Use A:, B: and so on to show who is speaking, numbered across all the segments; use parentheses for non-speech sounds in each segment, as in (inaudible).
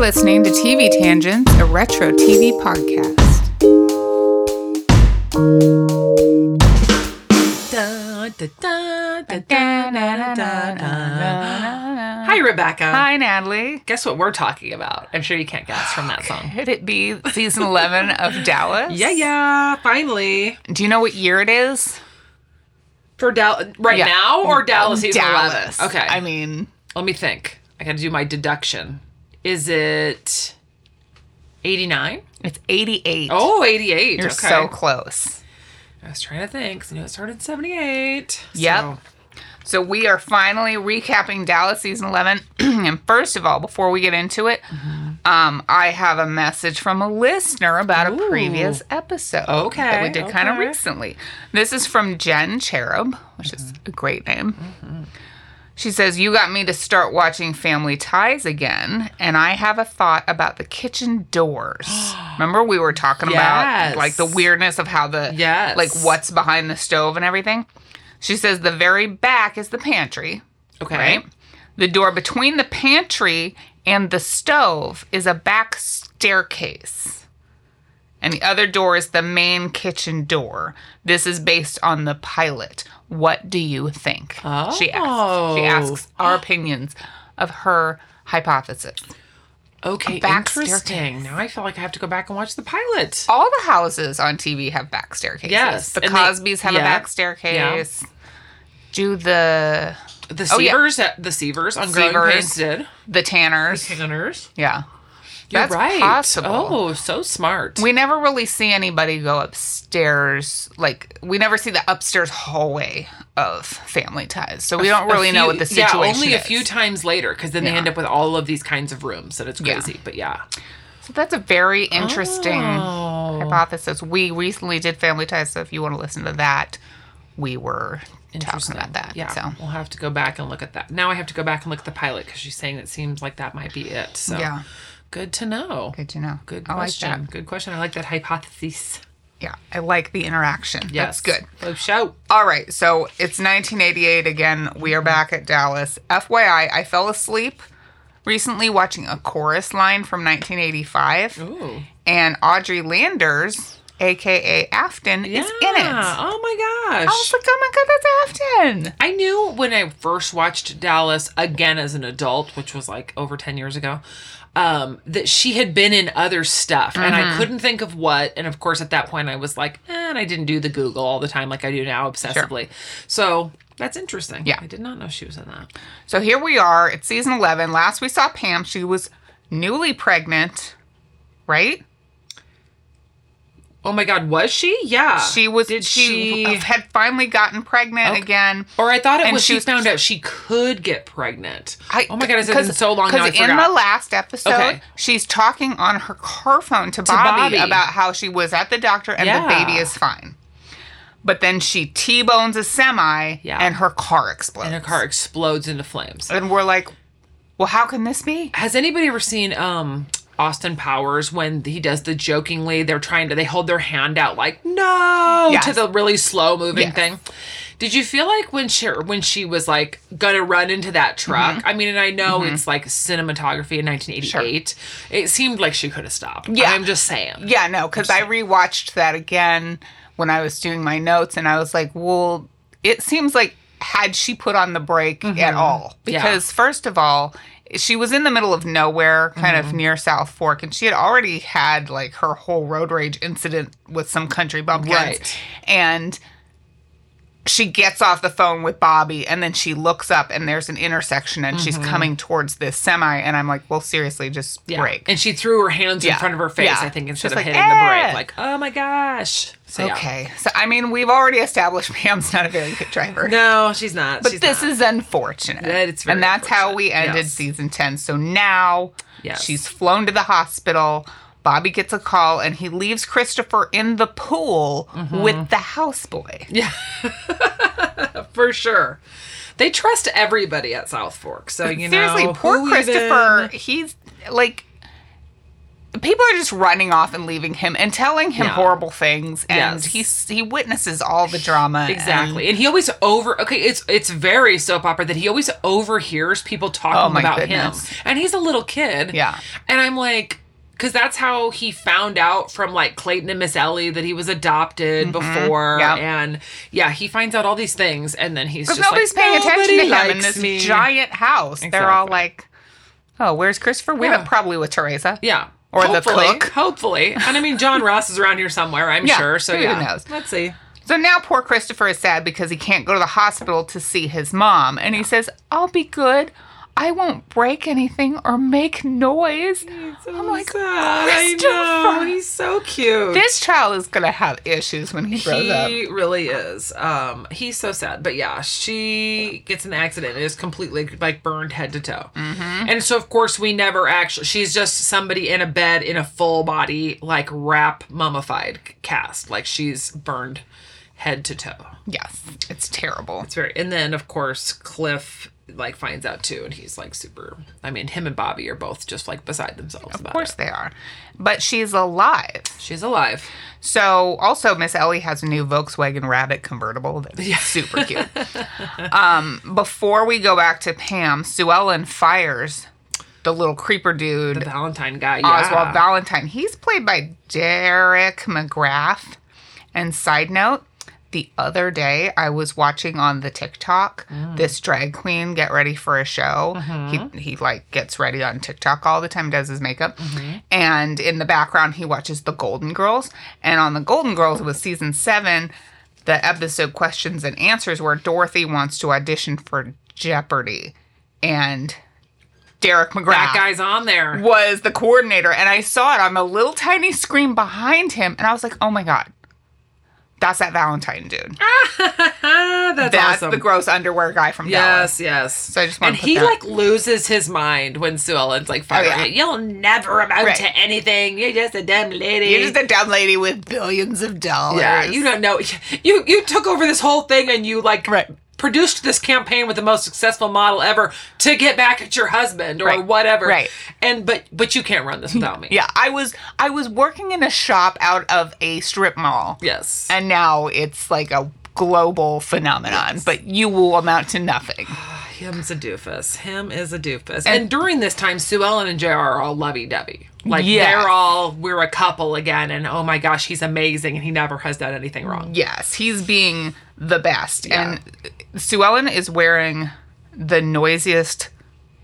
A: listening to TV Tangents, a retro TV podcast.
B: Da, da, da, da, da, da, da, da. Hi, Rebecca.
A: Hi, Natalie.
B: Guess what we're talking about? I'm sure you can't guess from that song.
A: Could it be season 11 (laughs) of Dallas?
B: Yeah, yeah. Finally,
A: Do you know what year it is?
B: for Dallas right
A: Yeah. Mm,
B: now or Dallas? season 11? Okay.
A: I mean,
B: let me think. I got to do my deduction. Is it 89?
A: it's 88.
B: Oh, 88.
A: you're
B: okay.
A: so close.
B: I was trying to think. 'cause I knew it started in 78.
A: Yep.
B: So-
A: So we are finally recapping Dallas season 11. (clears throat) and first of all, before we get into it,
B: Mm-hmm.
A: um, I have a message from a listener about a
B: Ooh.
A: previous episode that we
B: Okay,
A: did kind of
B: okay.
A: recently. This is from Jen Cherub, which is
B: Mm-hmm.
A: a great name. She says, You got me to start watching Family Ties again, and I have a thought about the kitchen
B: (gasps)
A: doors. Remember, we were talking
B: Yes.
A: about like the weirdness of how the,
B: Yes.
A: like what's behind the stove and everything? She says, The very back is the pantry,
B: Okay.
A: right? The door between the pantry and the stove is a back staircase. And the other door is the main kitchen door. This is based on the pilot. What do you think? She asks. She
B: Oh.
A: asks our opinions of her hypothesis.
B: Okay.
A: back
B: Interesting. Now I feel like I have to go back and watch the pilot.
A: All the houses on TV have back staircases.
B: Yes,
A: The
B: and they-
A: Cosbys have a
B: yeah,
A: back staircase. Do the
B: The
A: Oh, yeah.
B: Seavers, uh, the Seavers on Growing
A: Seavers.
B: Pains did.
A: the Tanners.
B: Tanners.
A: Yeah.
B: You're
A: That's
B: right.
A: possible.
B: Oh, so smart.
A: We never really see anybody go upstairs. Like we never see the upstairs hallway of family ties. So we don't
B: A
A: really know
B: few-
A: what the situation
B: Yeah, only a
A: is.
B: few times later, because then they end up with all of these kinds of rooms, and it's
A: Yeah.
B: crazy. But yeah,
A: So that's a very interesting
B: Oh.
A: hypothesis. We recently did family ties, so if you want to listen to that, we were talking about that.
B: yeah,
A: So
B: we'll have to go back and look at that. Now I have to go back and look at the pilot because she's saying it seems like that might be it. So
A: yeah,
B: good to know.
A: good to know.
B: Good
A: I like
B: question.
A: that.
B: Good question. I like that hypothesis.
A: Yeah, I like the interaction. That's
B: Yes,
A: good.
B: Oh, show.
A: All right, so it's 1988 again. We are back at Dallas. FYI, I fell asleep recently watching a chorus line from 1985,
B: Ooh.
A: and Audrey Landers, aka Afton, is in it. I
B: Oh my gosh.
A: was like, oh my god, that's Afton.
B: I knew when I first watched Dallas again as an adult, which was like over 10 years ago, um, that she had been in other stuff. And
A: Mm-hmm.
B: I couldn't think of what. And of course, at that point, I was like, eh, and I didn't do the Google all the time like I do now obsessively. So that's interesting.
A: Yeah.
B: I did not know she was in that.
A: So here we are. It's season 11. Last we saw Pam, she was newly pregnant, right?
B: Oh my God, was she? Yeah.
A: She was
B: Did
A: she,
B: she?
A: had finally gotten pregnant again.
B: Or I thought it
A: and
B: was
A: she
B: she,
A: was-
B: found out she could get pregnant.
A: I-
B: oh my God, it's been
A: 'cause-
B: so long now. I
A: in
B: forgot.
A: the last episode,
B: Okay.
A: she's talking on her car phone to, Bobby,
B: Bobby.
A: about how she was at the doctor and the
B: Yeah.
A: baby is fine. But then she T bones a semi
B: Yeah.
A: and her car explodes.
B: and her car explodes into flames.
A: And we're like, well, how can this be?
B: Has anybody ever seen um Austin Powers when he does the jokingly they're trying to they hold their hand out like no
A: Yes.
B: to the really slow moving
A: Yes.
B: thing? Did you feel like when she when she was like gonna run into that
A: Mm-hmm.
B: truck? I mean, and I know it's like cinematography in 1988. It seemed like she could have stopped.
A: Yeah.
B: I'm just saying.
A: Yeah, no, because I rewatched that again when I was doing my notes, and I was like, well, it seems like had she put on the brake at all?
B: Mm-hmm. Yeah.
A: Because first of all, she was in the middle of nowhere, kind
B: Mm-hmm.
A: of near South Fork, and she had already had like her whole road rage incident with some country bumpkins,
B: Right.
A: and. She gets off the phone with Bobby and then she looks up and there's an intersection and she's coming towards this semi and I'm like, well, seriously, just
B: Mm-hmm. Yeah.
A: brake.
B: And she threw her hands
A: Yeah.
B: in front of her face,
A: Yeah.
B: I think, instead
A: She's
B: of
A: like,
B: hitting
A: "Eh."
B: the brake. Like, oh my gosh. So, yeah.
A: Okay. So, I mean, we've already established (laughs) Pam's not a very good driver.
B: No, she's not.
A: but
B: she's
A: this
B: not.
A: is unfortunate.
B: That it's very
A: and that's how
B: unfortunate.
A: we ended
B: Yes.
A: season 10. So now
B: Yes.
A: she's flown to the hospital. Bobby gets a call and he leaves Christopher in the pool with the houseboy.
B: Yeah. For sure. They trust everybody at South Fork. So, you know.
A: Seriously, poor
B: who
A: Christopher.
B: even-
A: He's like, people are just running off and leaving him and telling him
B: Yeah.
A: horrible things and
B: Yes.
A: he's he witnesses all the drama
B: Exactly. And he always over okay, it's it's very soap opera that he always overhears people
A: Oh,
B: talking
A: my
B: about
A: goodness.
B: him. And he's a little kid.
A: Yeah.
B: And I'm like because that's how he found out from like Clayton and Miss Ellie that he was adopted
A: Mm-hmm.
B: before,
A: Yep.
B: and yeah, he finds out all these things, and then he's just
A: because nobody's
B: like,
A: paying attention to
B: "Nobody
A: him in
B: likes
A: this
B: me."
A: giant house they're all
B: Exactly.
A: like oh where's christopher we
B: Yeah.
A: went probably with teresa
B: Yeah.
A: Or the
B: hopefully,
A: cook.
B: Hopefully. And I mean,
A: (laughs)
B: John Ross is around here somewhere, I'm
A: Yeah,
B: sure. So,
A: who
B: yeah.
A: knows?
B: Let's see.
A: So now poor Christopher is sad because he can't go to the hospital to see his mom. And he says, I'll be good. I won't break anything or make noise. I'm like,
B: I know.
A: Christopher!
B: He's so cute.
A: This child is going to have issues when he grows up.
B: he really is. Um, he's so sad. But yeah, she gets in the accident and is completely like burned head to toe. Mm-hmm. And so, of course, we never actually, she's just somebody in a bed in a full body, like wrap mummified cast. Like she's burned head to toe.
A: Yes, it's terrible.
B: It's very, and then of course Cliff like finds out too, and he's like super. I mean, him and Bobby are both just like beside themselves
A: Of
B: about
A: course
B: it.
A: they are. But she's alive.
B: She's alive.
A: So also Miss Ellie has a new Volkswagen Rabbit convertible that's super cute. um, before we go back to Pam, Sue Ellen fires the little creeper dude
B: The Valentine guy, yeah.
A: Oswald Valentine. He's played by Derek McGrath. And side note, the other day I was watching on the TikTok this drag queen get ready for a show. He he like gets ready on TikTok all the time, does his makeup. And in the background he watches The Golden Girls. And on The Golden Girls it was season 7, the episode questions and answers where Dorothy wants to audition for Jeopardy. And Derek McGrath
B: that guy's on there.
A: was the coordinator and I saw it on the little tiny screen behind him and I was like, "Oh my god. That's that Valentine dude.
B: Ah, that's,
A: That's
B: awesome.
A: the gross underwear guy from Dallas."
B: yes, yes. So
A: I just wanna
B: and
A: put
B: he
A: that- Oh,
B: like loses his mind when Sue Ellen's like firing
A: yeah.
B: it. You'll never amount
A: Right.
B: to anything. You're just a dumb lady.
A: You're just a dumb lady with billions of dollars.
B: yeah, you don't know. (laughs) You you took over this whole thing and you like
A: Right.
B: produced this campaign with the most successful model ever to get back at your husband or
A: Right.
B: whatever.
A: Right.
B: And but but you can't run this without me.
A: Yeah, I was I was working in a shop out of a strip mall.
B: Yes.
A: And now it's like a global phenomenon, but you will amount to nothing.
B: Him's a doofus. Him is a doofus. And, during this time, Sue Ellen and JR are all lovey dovey. Like
A: Yes.
B: they're all we're a couple again and oh my gosh, he's amazing and he never has done anything wrong.
A: Yes, he's being the best. And Sue Ellen is wearing the noisiest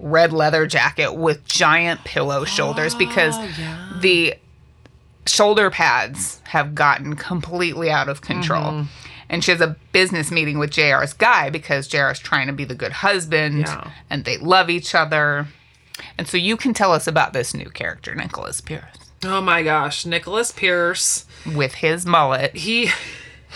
A: red leather jacket with giant pillow shoulders because the shoulder pads have gotten completely out of control. And she has a business meeting with JR's guy because JR's trying to be the good husband
B: Yeah.
A: and they love each other. And so you can tell us about this new character, Nicholas Pierce,
B: Oh my gosh, Nicholas Pierce.
A: with his mullet.
B: He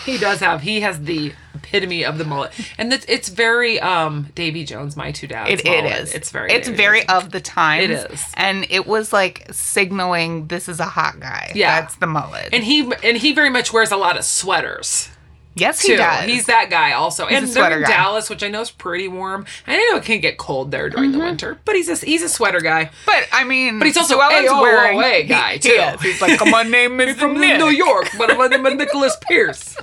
B: he does have he has the epitome of the mullet. And it's, it's very um Davy Jones, my two dads.
A: It, it
B: mullet.
A: is.
B: It's very
A: It's
B: Davy
A: very of the time.
B: It is.
A: And it was like signaling this is a hot guy.
B: Yeah.
A: That's the mullet.
B: and he and he very much wears a lot of sweaters.
A: yes,
B: too.
A: he does.
B: He's that guy also. and
A: a
B: they're
A: sweater
B: in
A: guy.
B: Dallas, which I know is pretty warm. I know it can get cold there during the winter, but he's a he's a sweater guy.
A: but I mean, but
B: he's also AOL away guy,
A: he,
B: too.
A: He is. He's like, "Oh, my name
B: (laughs)
A: is
B: From
A: Nick."
B: New York, but I'm a Nicholas Pierce.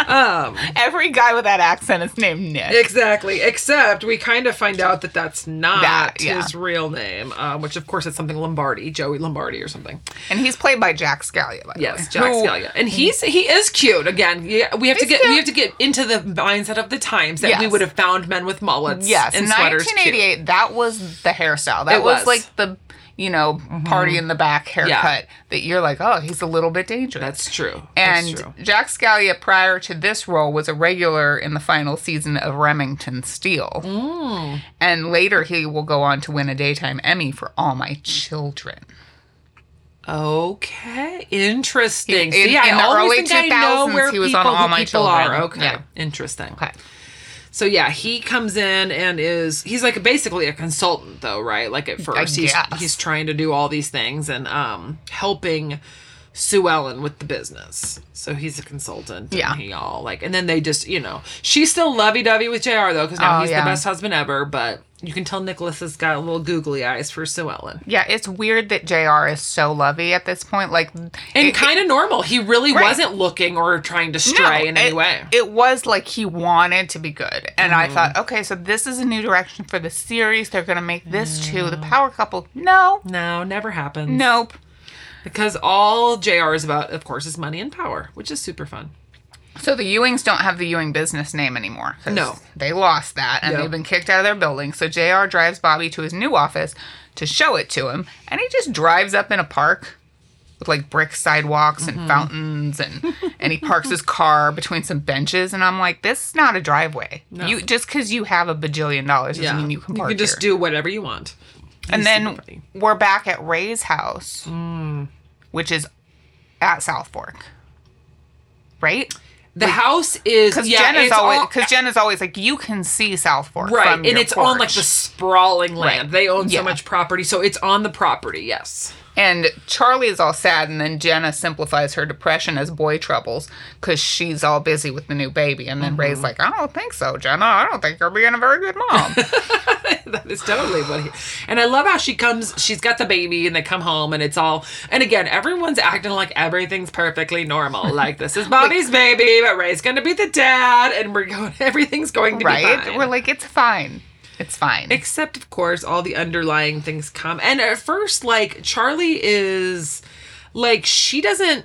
B: Um,
A: Every guy with that accent is named Nick.
B: (laughs) exactly. Except we kind of find out that that's not
A: That, yeah.
B: his real name, um, which of course is something Lombardi, Joey Lombardi or something.
A: and he's played by Jack Scalia. By the
B: Yes,
A: way,
B: Jack
A: who-
B: Scalia, and he's he is cute. Again, yeah, we have to
A: He's
B: get we
A: cute.
B: have to get into the mindset of the times that we
A: Yes.
B: would have found men with mullets,
A: Yes,
B: and sweaters. cute.
A: 1988. That was the hairstyle. That
B: It
A: was.
B: was. Mm-hmm.
A: like the you know party in the back haircut that you're like, oh, he's a little bit dangerous.
B: That's true.
A: And
B: That's true.
A: Jack Scalia, prior to this role, was a regular in the final season of Remington Steele.
B: Mm.
A: And later, he will go on to win a daytime Emmy for All My Children.
B: Okay, interesting.
A: In-
B: See,
A: in
B: I
A: the
B: always
A: early
B: think I know
A: 2000s,
B: where
A: he was on
B: people,
A: All
B: who
A: My
B: people
A: Children.
B: are. Okay,
A: Yeah.
B: interesting.
A: Okay.
B: So yeah, he comes in and is he's like basically a consultant though, right? Like at first, he's
A: guess.
B: he's trying to do all these things and um helping Sue Ellen with the business. So he's a consultant.
A: Yeah.
B: and he all like, and then they just you know she's still lovey dovey with Jr. though because now
A: Oh,
B: he's
A: yeah.
B: the best husband ever, but You can tell Nicholas has got little googly eyes for Sue Ellen.
A: Yeah, it's weird that JR is so lovey at this point. Like, and
B: And kind of normal. He really wasn't looking or trying to stray in any
A: it,
B: way. Mm-hmm.
A: It was like he wanted to be good. And I thought, okay, so this is a new direction for the series. They're going to make this too. The power couple. No.
B: no, never happens.
A: Nope.
B: Because all JR is about, of course, is money and power, which is super fun.
A: So the Ewings don't have the Ewing business name anymore. 'cause
B: No.
A: They lost that and
B: Yep.
A: they've been kicked out of their building. So JR drives Bobby to his new office to show it to him. And he just drives up in a park with like brick sidewalks
B: Mm-hmm.
A: and fountains and and he parks his car between some benches and I'm like, this is not a driveway. You just cause you have a bajillion dollars doesn't mean you can park.
B: just
A: here.
B: do whatever you want.
A: and
B: He's
A: then
B: super funny.
A: we're back at Ray's house,
B: Mm.
A: which is at South Fork. Right?
B: the house is
A: Because
B: yeah,
A: Jen is
B: it's
A: always
B: all-
A: because Jen is always like you can see South Fork
B: right,
A: from
B: and
A: your
B: it's on like
A: porch."
B: the sprawling land. They own
A: Yeah.
B: so much property, so it's on the property. Yes, (laughs)
A: and Charlie is all sad, and then Jenna simplifies her depression as boy troubles because she's all busy with the new baby, and then
B: Mm-hmm.
A: Ray's like, I don't think so, Jenna. I don't think you're being a very good
B: (laughs)
A: mom.
B: that is totally what. He, and I love how she comes. She's got the baby, and they come home, and it's all. And again, everyone's acting like everything's perfectly normal. Like
A: (laughs)
B: this is Bobby's baby, but Ray's gonna be the dad, and we're going. (laughs) Everything's going to be
A: right?
B: fine.
A: We're like, it's fine, it's fine.
B: except of course all the underlying things come and at first like charlie is like she doesn't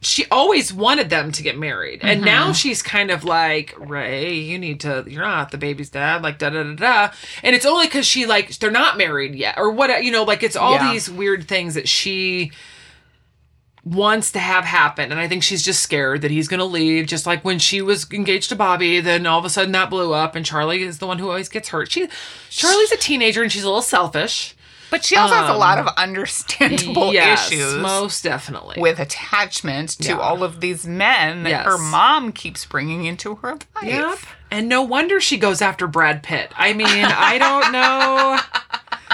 B: she always wanted them to get married and
A: Mm-hmm.
B: now she's kind of like ray you need to you're not the baby's dad like da da da da and it's only because she like they're not married yet or what you know like it's all
A: Yeah.
B: these weird things that she wants to have happen and i think she's just scared that he's going to leave just like when she was engaged to bobby then all of a sudden that blew up and charlie is the one who always gets hurt she charlie's a teenager and she's a little selfish
A: but she also has a lot of understandable
B: um, (laughs) yes
A: issues.
B: most definitely
A: with attachment to
B: Yeah.
A: all of these men that
B: Yes.
A: her mom keeps bringing into her life.
B: Yep. And no wonder she goes after Brad Pitt. I mean, I don't know. (laughs)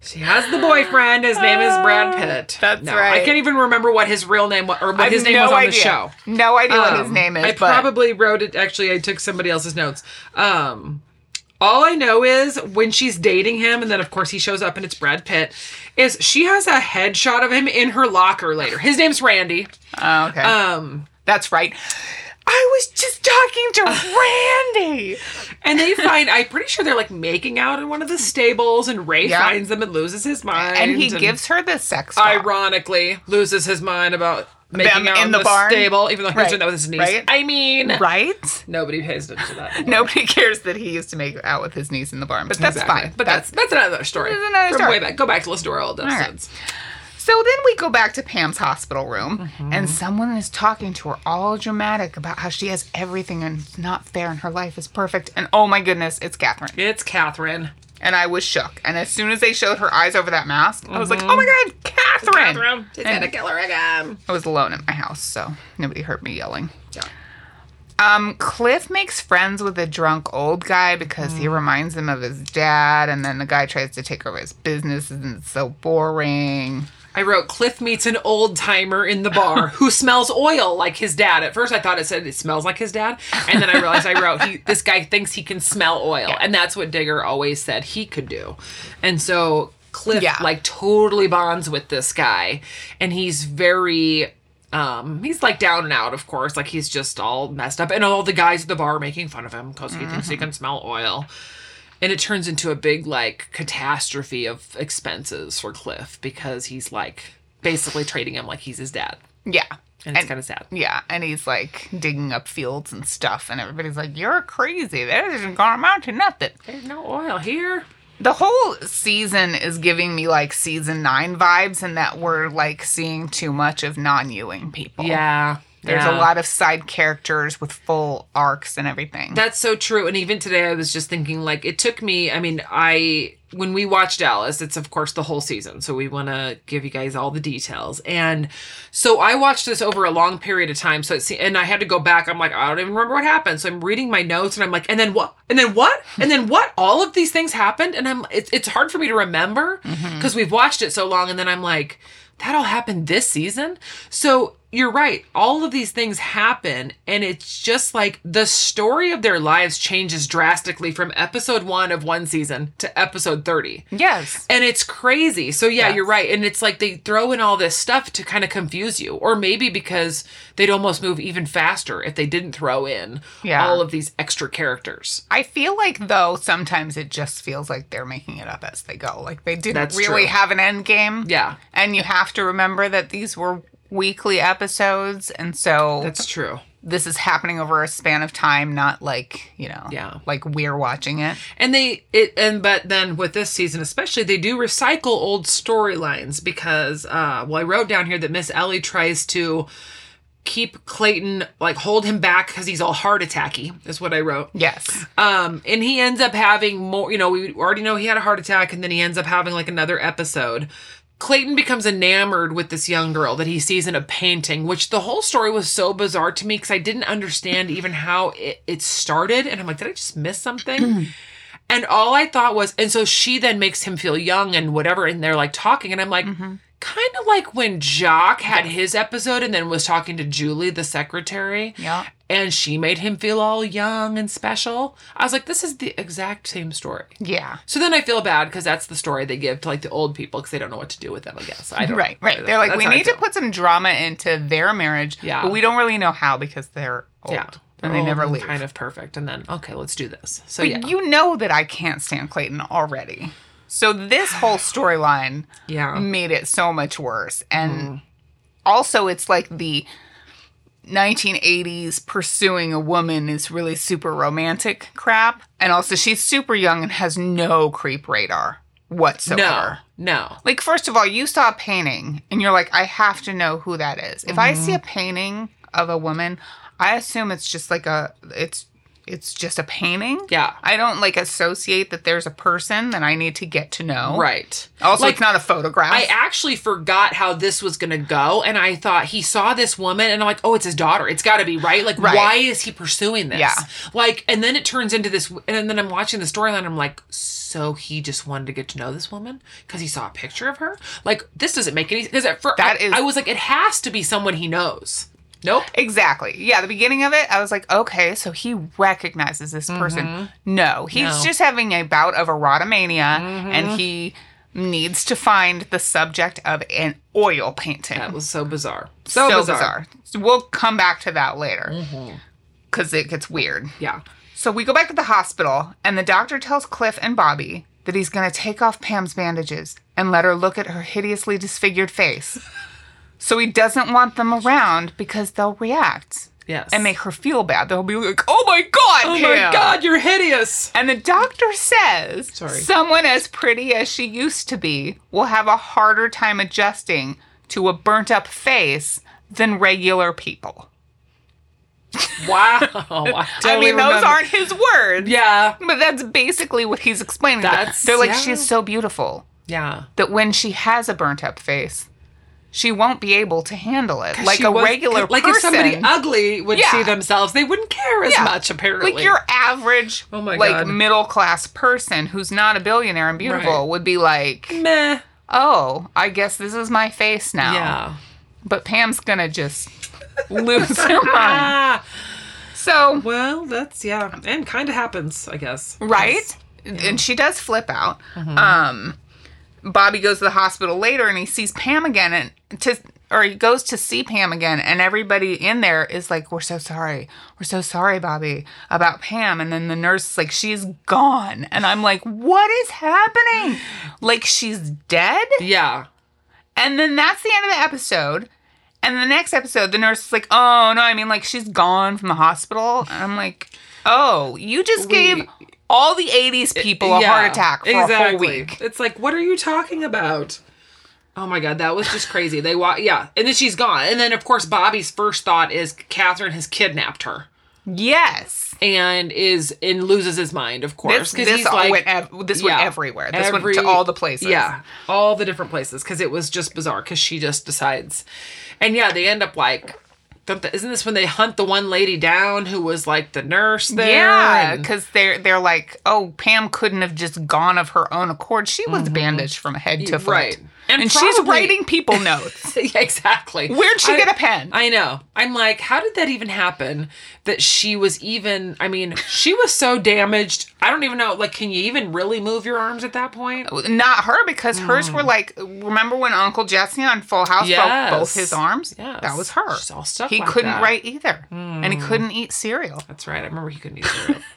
B: She has the boyfriend. His name is Brad Pitt.
A: That's
B: No,
A: right.
B: I can't even remember what his real name was or what
A: I have
B: his name
A: no
B: was on
A: idea.
B: the show.
A: No idea what his
B: Um,
A: name is.
B: I
A: but
B: probably wrote it. Actually, I took somebody else's notes. Um, all I know is when she's dating him, and then of course he shows up and it's Brad Pitt. Is she has a headshot of him in her locker later? His name's Randy.
A: Oh, okay.
B: Um,
A: That's right. I was just
B: Uh,
A: talking to Randy.
B: And they find, I'm pretty sure they're like making out in one of the stables, and Ray
A: Yeah.
B: finds them and loses his mind.
A: And he gives her the sex talk.
B: ironically, loses his mind about making
A: Them
B: out
A: in
B: in
A: the
B: the,
A: barn?
B: stable, even though he's
A: Right.
B: doing that with his niece.
A: Right.
B: I mean,
A: right?
B: nobody pays attention to that.
A: Nobody cares that he used to make out with his niece in the barn, but that's
B: Exactly.
A: fine.
B: But that's that's another story.
A: That's another
B: from
A: story.
B: Way back, go back to listen to our old episodes.
A: So then we go back to Pam's hospital room,
B: Mm-hmm.
A: and someone is talking to her all dramatic about how she has everything and it's not fair and her life is perfect. And oh my goodness, it's Catherine.
B: It's Catherine.
A: And I was shook. And as soon as they showed her eyes over that mask, I was like,
B: Mm-hmm.
A: oh my God, Catherine!
B: she's gonna kill her again.
A: I was alone at my house, so nobody heard me yelling.
B: Yeah.
A: Um, Cliff makes friends with a drunk old guy because he reminds him of his dad, and then the guy tries to take over his business, and it's so boring.
B: I wrote Cliff meets an old timer in the bar who smells oil like his dad. At first, I thought it said it smells like his dad, and then I realized I wrote he, this guy thinks he can smell oil, and that's what Digger always said he could do. And so Cliff
A: Yeah.
B: like totally bonds with this guy, and he's very. Um, he's like down and out, of course. Like he's just all messed up, and all the guys at the bar are making fun of him because he thinks he can smell oil. And it turns into a big like catastrophe of expenses for Cliff because he's like basically treating him like he's his dad.
A: Yeah.
B: And it's kind of sad.
A: Yeah, and he's like digging up fields and stuff, and everybody's like, You're crazy. That isn't gonna amount to nothing.
B: There's no oil here.
A: The whole season is giving me like season nine vibes, and that we're like seeing too much of non Ewing people.
B: Yeah.
A: There's a lot of side characters with full arcs and everything.
B: That's so true. And even today, I was just thinking, like, it took me, I mean, I, when we watch Dallas, it's of course the whole season. So we want to give you guys all the details. And so I watched this over a long period of time. So it's, and I had to go back. I'm like, I don't even remember what happened. So I'm reading my notes and I'm like, and then what? And then what? And then what? All of these things happened. And I'm, it's, it's hard for me to remember because we've watched it so long. And then I'm like, that all happened this season. So you're right. All of these things happen, and it's just like the story of their lives changes drastically from episode one of one season to episode 30.
A: Yes.
B: And it's crazy. So, yeah,
A: Yes.
B: you're right. And it's like they throw in all this stuff to kind of confuse you, or maybe because they'd almost move even faster if they didn't throw in
A: Yeah.
B: all of these extra characters.
A: I feel like though sometimes it just feels like they're making it up as they go. Like they didn't
B: That's
A: really
B: true.
A: have an end game.
B: Yeah.
A: And you have to remember that these were weekly episodes and so
B: That's true.
A: this is happening over a span of time, not like, you know,
B: Yeah.
A: like we're watching it.
B: And they it and but then with this season especially they do recycle old storylines because uh well I wrote down here that Miss Ellie tries to keep Clayton like hold him back cuz he's all heart attacky is what I wrote.
A: Yes.
B: Um and he ends up having more you know we already know he had a heart attack and then he ends up having like another episode. Clayton becomes enamored with this young girl that he sees in a painting, which the whole story was so bizarre to me because I didn't understand even how it, it started. And I'm like, did I just miss something? And all I thought was, and so she then makes him feel young and whatever, and they're like talking, and I'm like,
A: Mm-hmm.
B: kind of like when Jock had his episode and then was talking to Julie, the secretary.
A: Yeah.
B: And she made him feel all young and special. I was like, this is the exact same story.
A: Yeah.
B: So then I feel bad because that's the story they give to like the old people because they don't know what to do with them. I guess I don't.
A: Right, right. They're like,
B: That's
A: we
B: how I
A: need to
B: feel.
A: put some drama into their marriage.
B: Yeah.
A: But we don't really know how because they're old.
B: Yeah.
A: And they
B: Old
A: never leave.
B: Kind of perfect. And then okay, let's do this. So
A: But
B: yeah,
A: you know that I can't stand Clayton already. So this whole storyline
B: yeah.
A: made it so much worse. And
B: Mm.
A: also, it's like the 1980s pursuing a woman is really super romantic crap. And also, she's super young and has no creep radar
B: No,
A: whatsoever.
B: no.
A: Like, first of all, you saw a painting and you're like, I have to know who that is. If I
B: Mm-hmm.
A: see a painting of a woman, I assume it's just like a, it's, it's just a painting.
B: Yeah.
A: I don't like associate that there's a person that I need to get to know.
B: Right.
A: Also, it's not a photograph.
B: I actually forgot how this was going to go. And I thought he saw this woman and I'm like, oh, it's his daughter. It's got to be, right? Like,
A: Right.
B: why is he pursuing this?
A: Yeah.
B: Like, and then it turns into this. And then I'm watching the storyline. I'm like, so he just wanted to get to know this woman because he saw a picture of her? Like, this doesn't make any Because at first,
A: That is-
B: I was like, it has to be someone he knows. Nope.
A: Exactly. Yeah, the beginning of it, I was like, okay, so he recognizes this person. No, he's
B: Mm-hmm. No. Mm-hmm.
A: just having a bout of erotomania and he needs to find the subject of an oil painting.
B: That was so bizarre.
A: so
B: Oh, So,
A: bizarre.
B: bizarre. Mm-hmm.
A: So We'll come back to that later because it gets weird.
B: Yeah.
A: So we go back to the hospital, and the doctor tells Cliff and Bobby that he's going to take off Pam's bandages and let her look at her hideously disfigured face. So he doesn't want them around because they'll react
B: Yes.
A: and make her feel bad. They'll be like, "Oh my god,
B: Oh
A: Pam!"
B: my God, you're hideous.
A: And the doctor says,
B: Sorry.
A: someone as pretty as she used to be will have a harder time adjusting to a burnt up face than regular people.
B: Wow. (laughs) I,
A: I
B: totally
A: mean, those
B: remember.
A: aren't his words.
B: Yeah.
A: But that's basically what he's explaining. They're-
B: That's-
A: They're like,
B: yeah.
A: she's so beautiful
B: Yeah.
A: that when she has a burnt up face, she won't be able to handle it. Like
B: she
A: a
B: was-
A: regular
B: like
A: person.
B: if somebody ugly would
A: Yeah.
B: see themselves, they wouldn't care as
A: Yeah.
B: much. Apparently,
A: Like your average,
B: Oh my
A: like
B: God.
A: middle class person who's not a billionaire and beautiful
B: Right.
A: would be like,
B: meh.
A: "Oh, I guess this is my face now."
B: Yeah.
A: But Pam's gonna just lose her mind.
B: Ah.
A: So
B: Well, that's yeah, and kind of happens, I guess.
A: right, and she does flip out. Um, Bobby goes to the hospital later, and he sees Pam again, and to or he goes to see Pam again, and everybody in there is like, "We're so sorry, we're so sorry, Bobby, about Pam." And then the nurse is like, "She's gone," and I'm like, "What is happening? Like she's dead?"
B: Yeah.
A: And then that's the end of the episode. And the next episode, the nurse is like, oh, no, I mean, like, she's gone from the hospital. And I'm like, oh, you just gave all the 80s people a
B: Yeah,
A: heart attack for a whole
B: exactly.
A: week.
B: It's like, what are you talking about? Oh my god, that was just crazy. They wa- yeah, and then she's gone, and then of course Bobby's first thought is Catherine has kidnapped her
A: Yes.
B: and is and loses his mind, of course,
A: This,
B: because
A: this
B: he's like,
A: went, ev- this went
B: Yeah.
A: everywhere. This
B: Every-
A: went to all the places.
B: Yeah, all the different places because it was just bizarre because she just decides, and yeah, they end up like, don't the, isn't this when they hunt the one lady down who was like the nurse there?
A: Yeah,
B: and-
A: because they're they're like, oh, Pam couldn't have just gone of her own accord. She was bandaged from head to foot.
B: Mm-hmm. right. And
A: and, she's
B: probably-
A: writing people notes.
B: (laughs) Yeah, exactly.
A: Where'd she
B: I-
A: get a pen?
B: I know. I'm like, how did that even happen? That she was even, I mean, she was so damaged. I don't even know. Like, can you even really move your arms at that point?
A: Not her because hers were like. Remember when Uncle Jesse on Full House
B: Mm. Yes.
A: broke both his arms?
B: Yes.
A: that was her.
B: She's all stuck
A: He
B: like
A: couldn't
B: that. Mm.
A: write either, and he couldn't eat cereal.
B: That's right. I remember he couldn't use the rope.
A: (laughs)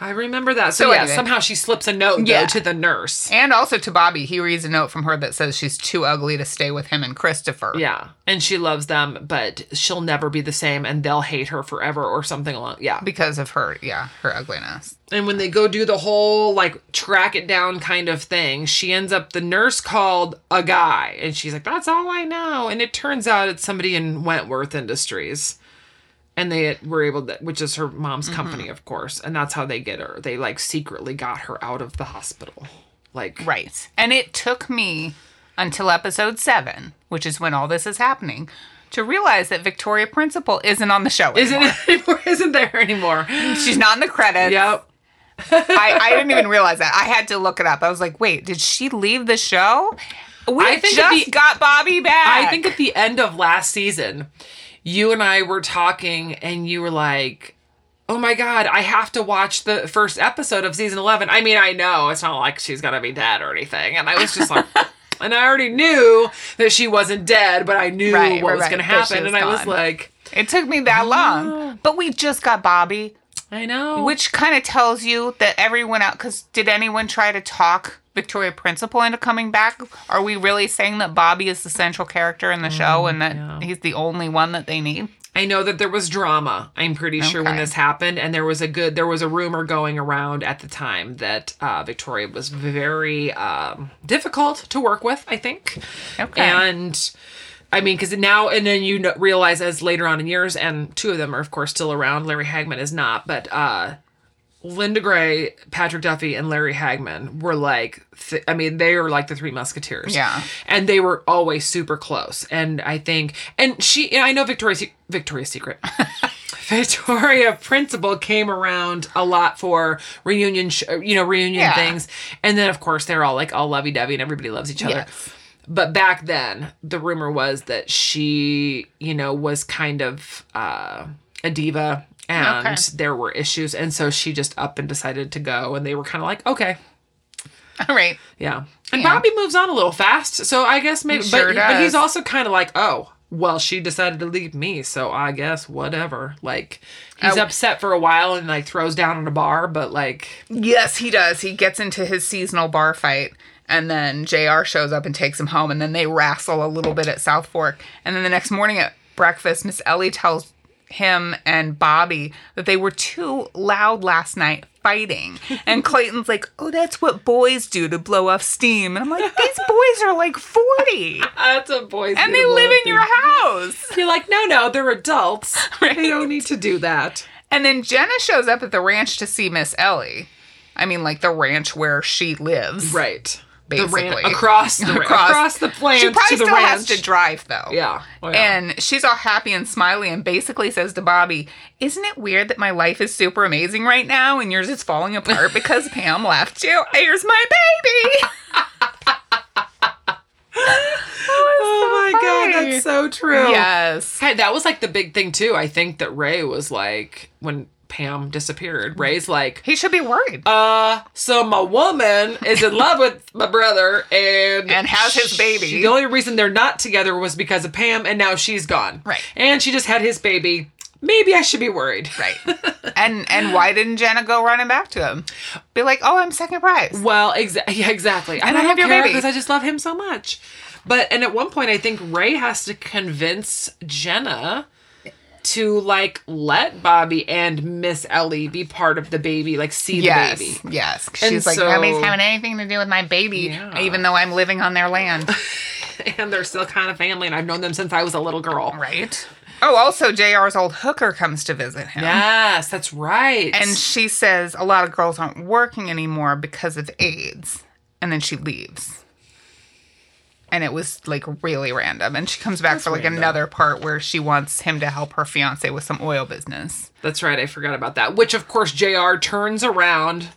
B: I remember that. So,
A: So
B: yeah,
A: anyway.
B: somehow she slips a note though,
A: Yeah.
B: to the nurse.
A: And also to Bobby, he reads a note from her that says she's too ugly to stay with him and Christopher.
B: Yeah. And she loves them, but she'll never be the same and they'll hate her forever or something along. Yeah.
A: because of her, yeah, her ugliness.
B: And when they go do the whole like track it down kind of thing, she ends up the nurse called a guy and she's like, That's all I know. And it turns out it's somebody in Wentworth Industries. And they were able to, which is her mom's company, of course. And that's how they get her. They like secretly got her out of the hospital. Like,
A: Right. And it took me until episode seven, which is when all this is happening, to realize that Victoria Principal isn't on the show.
B: (laughs) isn't,
A: anymore.
B: anymore, (laughs) isn't there anymore?
A: She's not in the credits.
B: yep.
A: I, I didn't even realize that. I had to look it up. I was like, wait, did she leave the show? We
B: I think
A: just
B: the-
A: got Bobby back.
B: I think at the end of last season, you and I were talking, and you were like, "Oh my god, I have to watch the first episode of season 11." I mean, I know it's not like she's gonna be dead or anything, and I was
A: (laughs)
B: just like. And I already knew that she wasn't dead, but I knew
A: Right,
B: what
A: right,
B: was
A: right,
B: going to
A: that she
B: happen.
A: was
B: and I was
A: gone.
B: like,
A: it took me
B: Oh.
A: that long. But we just got Bobby,
B: I know.
A: which kind of tells you that everyone out, because did anyone try to talk Victoria Principal into coming back? Are we really saying that Bobby is the central character in the
B: Mm,
A: show and that he's the only one that they need?
B: I know that there was drama. I'm pretty sure when
A: Okay.
B: this happened, and there was a good, there was a rumor going around at the time that uh, Victoria was very um, difficult to work with. I think,
A: Okay.
B: and I mean, because now and then you know, realize as later on in years, and two of them are of course still around. Larry Hagman is not, but uh, Linda Gray, Patrick Duffy, and Larry Hagman were like, th- I mean, they were like the Three Musketeers.
A: Yeah.
B: And they were always super close. And I think, and she, and I know Victoria's, Se- Victoria's
A: (laughs)
B: Secret. Victoria Principal came around a lot for reunion, sh- you know, reunion
A: Yeah.
B: things. And then, of course, they're all like all lovey dovey and everybody loves each other.
A: Yes.
B: But back then, the rumor was that she, you know, was kind of uh, a diva and
A: Okay.
B: there were issues. And so she just up and decided to go. And they were kind of like, okay,
A: (laughs) All right.
B: yeah. And
A: Yeah.
B: Bobby moves on a little fast. So I guess maybe,
A: He sure
B: but, but he's
A: does.
B: also kind of like, oh, well, she decided to leave me. So I guess whatever. Like, he's
A: Oh.
B: upset for a while and like throws down at a bar, but like,
A: Yes, he does. He gets into his seasonal bar fight, and then JR shows up and takes him home, and then they wrestle a little bit at South Fork. And then the next morning at breakfast, Miss Ellie tells him and Bobby that they were too loud last night fighting. And Clayton's like, Oh, that's what boys do to blow off steam. And I'm like, These boys are like 40
B: that's a boy's.
A: and they live in your house.
B: You're like, no, no, they're adults.
A: (laughs)
B: They
A: Right.
B: don't need to do that.
A: And then Jenna shows up at the ranch to see Miss Ellie. I mean, like the ranch where she lives.
B: Right. The
A: Basically.
B: ran- across (laughs) the across, across the plant
A: She probably
B: to the
A: still
B: ranch.
A: has to drive though.
B: yeah. Well, yeah.
A: And she's all happy and smiley and basically says to Bobby, Isn't it weird that my life is super amazing right now and yours is falling apart because
B: (laughs)
A: Pam left you? Here's my baby.
B: oh my god,
A: funny.
B: that's so true.
A: yes.
B: Hey, that was like the big thing too. I think that Ray was like when Pam disappeared. Ray's like,
A: He should be worried.
B: uh, so my woman is in love with my brother and
A: And has his baby.
B: She- the only reason they're not together was because of Pam, and now she's gone.
A: Right.
B: And she just had his baby. Maybe I should be worried.
A: right. And and why didn't Jenna go running back to him? Be like, Oh, I'm second prize.
B: Well,
A: (laughs)
B: exactly. Yeah, exactly.
A: I
B: And, I don't
A: have your
B: care
A: baby.
B: because I just love him so much. But and at one point, I think Ray has to convince Jenna to like let Bobby and Miss Ellie be part of the baby, like see
A: Yes.
B: the baby. (laughs)
A: Yes. She's
B: And
A: like,
B: so-
A: nobody's having anything to do with my baby,
B: Yeah.
A: even though I'm living on their
B: (laughs)
A: land.
B: And they're still kind of family, and I've known them since I was a little girl.
A: Right. Oh, also, JR's old hooker comes to visit him.
B: Yes, that's right.
A: And she says a lot of girls aren't working anymore because of AIDS. And then she leaves. And it was like really random. And she comes back for like
B: random.
A: another part where she wants him to help her fiance with some oil business.
B: that's right. I forgot about that. Which, of course, Jr. turns around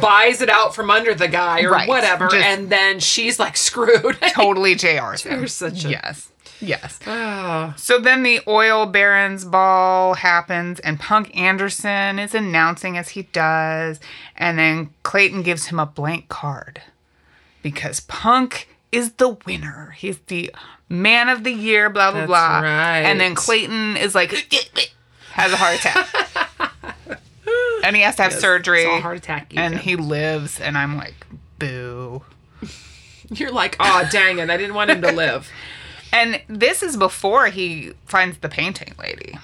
B: buys it out from under the guy or
A: Right.
B: whatever,
A: Just-
B: and then she's like screwed. (laughs)
A: Totally JR's.
B: You're
A: in.
B: such a-
A: Yes. Yes.
B: Ah.
A: So then the oil barons ball happens, and Punk Anderson is announcing as he does, and then Clayton gives him a blank card because Punk is the winner. He's the man of the year, blah blah
B: That's
A: blah.
B: right.
A: And then Clayton is like (laughs) has a heart attack,
B: (laughs)
A: and he has to have surgery,
B: It's all heart attack.
A: and
B: Ethan.
A: he lives. And I'm like, boo.
B: (laughs) You're like, oh dang it, I didn't want him
A: (laughs)
B: to live.
A: And this is before he finds the painting lady.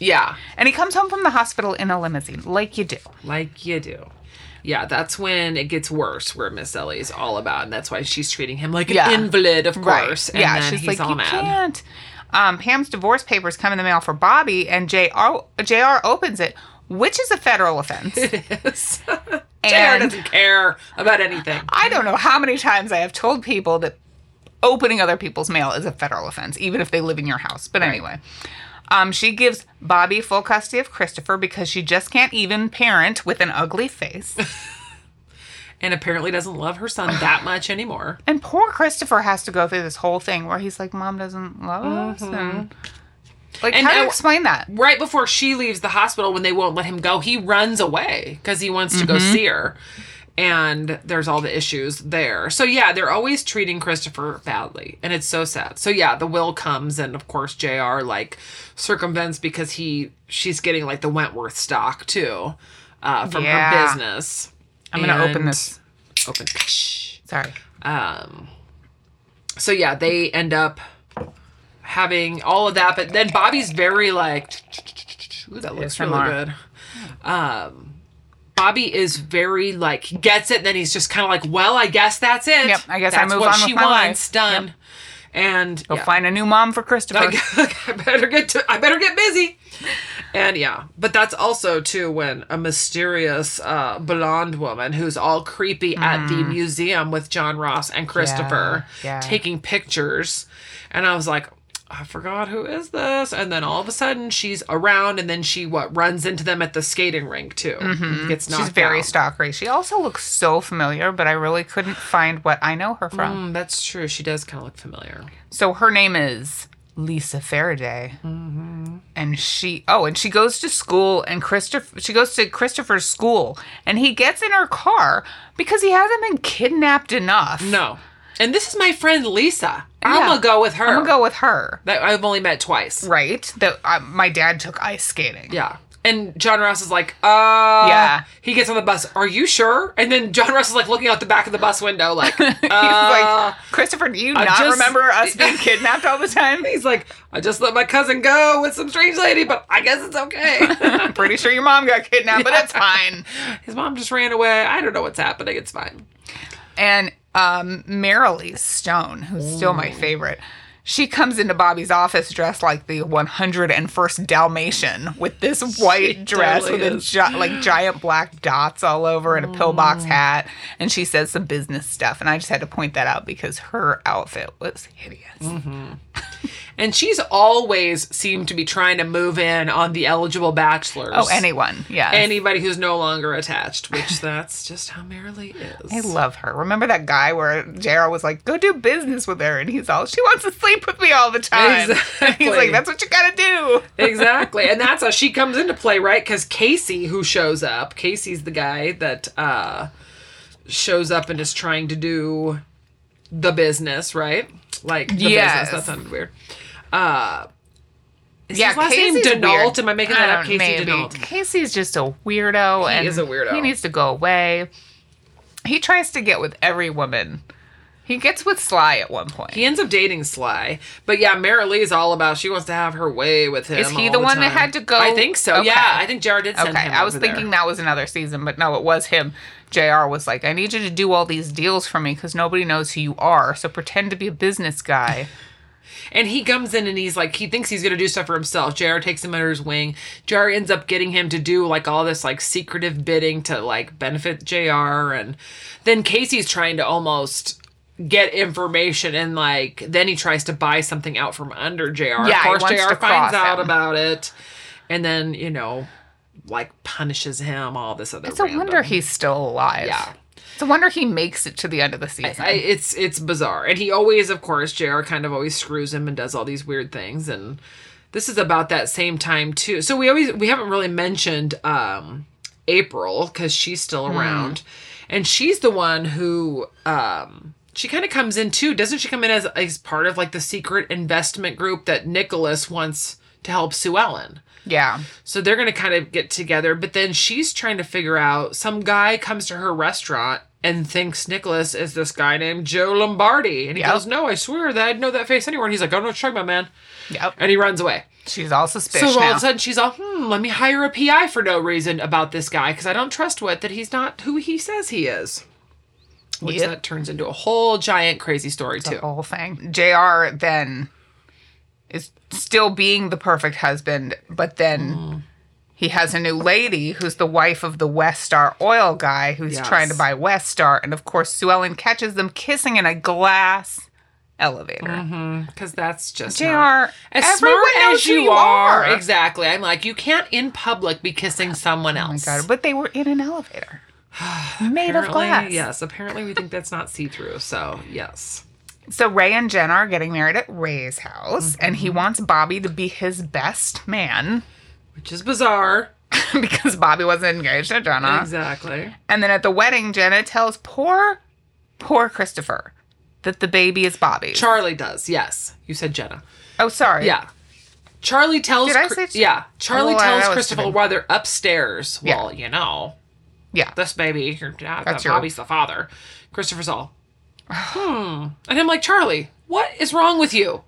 B: Yeah,
A: And he comes home from the hospital in a limousine, like you do.
B: like you do. Yeah, that's when it gets worse. Where Miss Ellie's all about, and that's why she's treating him like an
A: Yeah.
B: invalid, of course. And
A: yeah,
B: then
A: she's
B: he's
A: like,
B: all
A: you
B: mad. (laughs)
A: can't. Um, Pam's divorce papers come in the mail for Bobby, and JR, JR opens it, which is a federal
B: (laughs)
A: offense.
B: Yes. Jared
A: (laughs) and
B: doesn't care about anything.
A: I don't know how many times I have told people that opening other people's mail is a federal offense, even if they live in your house. But anyway, um, she gives Bobby full custody of Christopher because she just can't even parent with an ugly face.
B: And apparently doesn't love her son that much anymore.
A: And poor Christopher has to go through this whole thing where he's like, "Mom doesn't love us," and like,
B: Mm-hmm. And
A: how do you
B: now-
A: explain that?
B: Right before she leaves the hospital, when they won't let him go, he runs away because he wants to go
A: Mm-hmm.
B: see her. And there's all the issues there. So, yeah, they're always treating Christopher badly. And it's so sad. So, yeah, the will comes. And of course, JR like circumvents because he, she's getting like the Wentworth stock too uh, from her
A: Yeah.
B: business.
A: I'm gonna open
B: And-
A: this.
B: Open.
A: Sorry.
B: Um, so yeah, they end up having all of that, but then Bobby's very like, ooh, that looks really
A: ASMR.
B: good. Um, Bobby is very like gets it, and then he's just kind of like, well, I guess that's it.
A: Yep, I guess I
B: that's
A: move
B: what
A: on
B: she
A: with my life."
B: wants done. And
A: Go
B: yeah.
A: find a new mom for Christopher.
B: (laughs) I, I better get to I better get busy. And yeah, but that's also too when a mysterious uh, blonde woman who's all creepy at the museum with John Ross and Christopher
A: Mm. yeah.
B: taking pictures, and I was like. I forgot who is this, and then all of a sudden she's around, and then she what runs into them at the skating rink too. Gets
A: (laughs)
B: knocked
A: Mm-hmm. She's very
B: down.
A: stalkery. She also looks so familiar, but I really couldn't find what I know her from.
B: Mm, that's true. She does kind of look familiar.
A: So her name is Lisa Faraday.
B: Mm-hmm.
A: And she oh, and she goes to school and Christopher she goes to Christopher's school and he gets in her car because he hasn't been kidnapped enough.
B: No, and this is my friend Lisa. I'm gonna go with her.
A: I'm gonna go with her.
B: That I've only met twice.
A: Right? That uh, my dad took ice skating.
B: Yeah. And John Ross is like, uh
A: Yeah.
B: He gets on the bus. Are you sure? And then John Ross is like looking out the back of the bus window, like
A: (laughs) (laughs) He's
B: uh,
A: like, Christopher, do you not
B: just-
A: remember
B: (laughs)
A: us being kidnapped all the time?
B: he's like, I just let my cousin go with some strange lady, but I guess it's
A: (laughs)
B: okay.
A: (laughs) I'm pretty sure your mom got kidnapped, but
B: (laughs)
A: it's fine.
B: His mom just ran away. I don't know what's happening. It's fine.
A: And um, Marilee Stone, who's still my favorite, she comes into Bobby's office dressed like the 101st Dalmatian with this white dress
B: totally
A: with a
B: is.
A: gi- like giant black dots all over and a pillbox hat. And she says some business stuff. And I just had to point that out because her outfit was hideous.
B: Mm, And she's always seemed to be trying to move in on the eligible bachelors.
A: Oh, anyone. Yes.
B: anybody who's no longer attached, which (laughs) that's just how Marilee is.
A: I love her. Remember that guy where JR was like, go do business with her? And he's all, she wants to sleep with me all the time. (laughs) And he's
B: Exactly.
A: like, that's what you gotta do.
B: exactly and that's how she comes into play right because casey who shows up casey's the guy that uh shows up and is trying to do the business right like the
A: Yes.
B: business that sounded weird uh is
A: yeah,
B: his last name
A: Casey's
B: Denault?
A: weird.
B: Am I making
A: I
B: that up?
A: don't-
B: Casey
A: maybe.
B: Denault.
A: Casey's just a weirdo. and
B: is a weirdo.
A: He needs to go away. He tries to get with every woman. He gets with Sly at one point.
B: He ends up dating Sly, but yeah, Mary Lee's all about. She wants to have her way with him.
A: Is he
B: all
A: the one that
B: time.
A: had to go-
B: I think so.
A: Okay.
B: Yeah, I think Jared did send
A: okay,
B: him.
A: I was
B: over there.
A: thinking that was another season, but no, it was him. JR was like, I need you to do all these deals for me because nobody knows who you are. So pretend to be a business guy.
B: And he comes in and he's like, he thinks he's gonna do stuff for himself. JR takes him under his wing. JR ends up getting him to do like all this like secretive bidding to like benefit JR. And then Casey's trying to almost get information and like then he tries to buy something out from under JR.
A: Yeah,
B: of
A: he
B: course
A: wants
B: JR
A: to
B: finds
A: cross
B: out
A: him.
B: about it. And then, you know, like punishes him, all this other
A: It's a
B: random-
A: wonder he's still alive.
B: Yeah.
A: It's a wonder he makes it to the end of the season.
B: I, it's it's bizarre, and he always, of course, Jr. kind of always screws him and does all these weird things, and this is about that same time too. So we always we haven't really mentioned um, April because she's still around, and she's the one who um, she kind of comes in too, doesn't she? Come in as as part of like the secret investment group that Nicholas wants to help Sue Ellen.
A: yeah.
B: So they're going to kind of get together, but then she's trying to figure out some guy comes to her restaurant and thinks Nicholas is this guy named Joe Lombardi. And he
A: Yep.
B: goes, No, I swear that I'd know that face anywhere. And he's like, Oh, no, it's about man.
A: Yep.
B: And he runs away.
A: She's all suspicious
B: so all of
A: now.
B: a sudden she's all, Hmm, let me hire a PI for no reason about this guy because I don't trust what that he's not who he says he is. Which
A: Yep.
B: that turns into a whole giant crazy story, too.
A: the whole thing. JR then is still being the perfect husband, but then
B: Mm.
A: he has a new lady who's the wife of the Westar oil guy who's
B: Yes.
A: trying to buy Westar. And of course, Sue Ellen catches them kissing in a glass elevator.
B: Because that's just
A: JR,
B: not- Mm-hmm. as
A: everyone
B: smart
A: knows
B: as you,
A: who you
B: are.
A: are.
B: Exactly. I'm like, you can't in public be kissing someone else.
A: Oh God, but they were in an
B: (sighs)
A: elevator made of
B: Apparently-
A: glass.
B: Yes. Apparently, we think that's not see through. So yes.
A: So Ray and Jen are getting married at Ray's house, and he
B: Mm-hmm.
A: wants Bobby to be his best man (laughs)
B: Which is bizarre.
A: because Bobby wasn't engaged to Jenna.
B: Exactly.
A: And then at the wedding, Jenna tells poor, poor Christopher that the baby is Bobby.
B: Charlie does. Yes. You said Jenna.
A: oh, sorry.
B: Yeah. Charlie tells.
A: Did I
B: Chri-
A: say-
B: yeah. Charlie
A: Well, that
B: tells
A: was
B: Christopher
A: stupid.
B: while they're upstairs.
A: Yeah.
B: Well, you know,
A: Yeah.
B: this baby, your dad,
A: That's your-
B: Bobby's the father. Christopher's all. hmm. And I'm like, Charlie, what is wrong with you?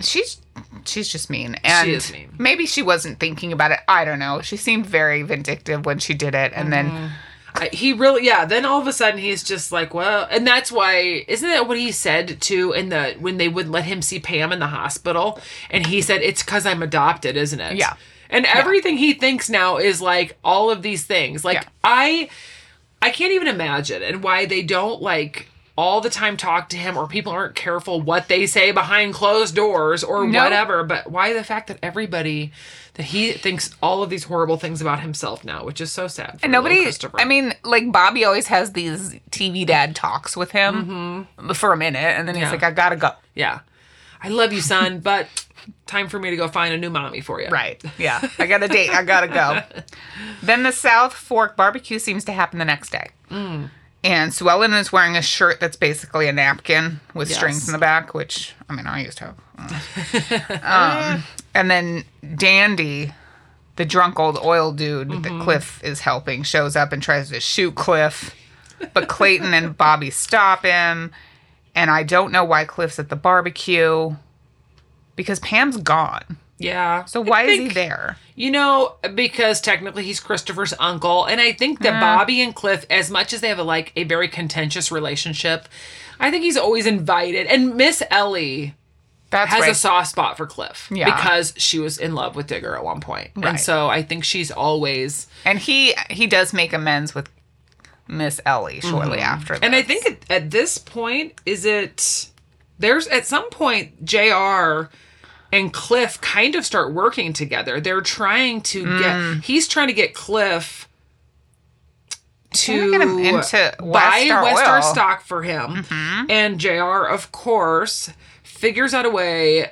A: She's she's just mean. And
B: is mean.
A: maybe she wasn't thinking about it. I don't know. She seemed very vindictive when she did it. And then
B: Mm-hmm. I- he really yeah then all of a sudden he's just like well and that's why isn't that what he said too in the when they would let him see pam in the hospital and he said it's because i'm adopted isn't it
A: Yeah.
B: and everything he thinks now is like all of these things like
A: Yeah.
B: i i can't even imagine and why they don't like all the time talk to him or people aren't careful what they say behind closed doors or
A: No.
B: whatever but why the fact that everybody that he thinks all of these horrible things about himself now which is so sad for
A: and
B: little
A: nobody
B: Christopher.
A: I mean, like Bobby always has these TV dad talks with him for a minute and then he's
B: Mm-hmm. Yeah.
A: like, I gotta go.
B: Yeah. I love you, son, (laughs) but time for me to go find a new mommy for you.
A: Right. Yeah. I got a date. I gotta go. Then the South Fork barbecue seems to happen the next day. And Sue Ellen is wearing a shirt that's basically a napkin with
B: Yes.
A: strings in the back, which I mean I used to. Have. um, and then Dandy, the drunk old oil dude that Cliff is helping, shows up and tries to shoot Cliff, but Clayton and Bobby stop him. And I don't know why Cliff's at the barbecue because Pam's gone.
B: Yeah.
A: So why
B: I
A: is
B: think-
A: he there?
B: You know, because technically he's Christopher's uncle, and I think that
A: Uh-huh.
B: Bobby and Cliff, as much as they have a, like a very contentious relationship, I think he's always invited. And Miss Ellie
A: That's
B: has
A: right.
B: a soft spot for Cliff
A: Yeah.
B: because she was in love with Digger at one point,
A: Right.
B: and so I think she's always.
A: and he he does make amends with Miss Ellie shortly after.
B: Mm-hmm. And I
A: this.
B: think at, at this point, is it there's at some point JR and Cliff kind of start working together. They're trying to
A: Mm.
B: get he's trying to get Cliff
A: trying
B: to
A: to get him into
B: buy
A: Westar
B: Westar
A: Oil. Mm-hmm.
B: stock for him. And JR, of course, figures out a way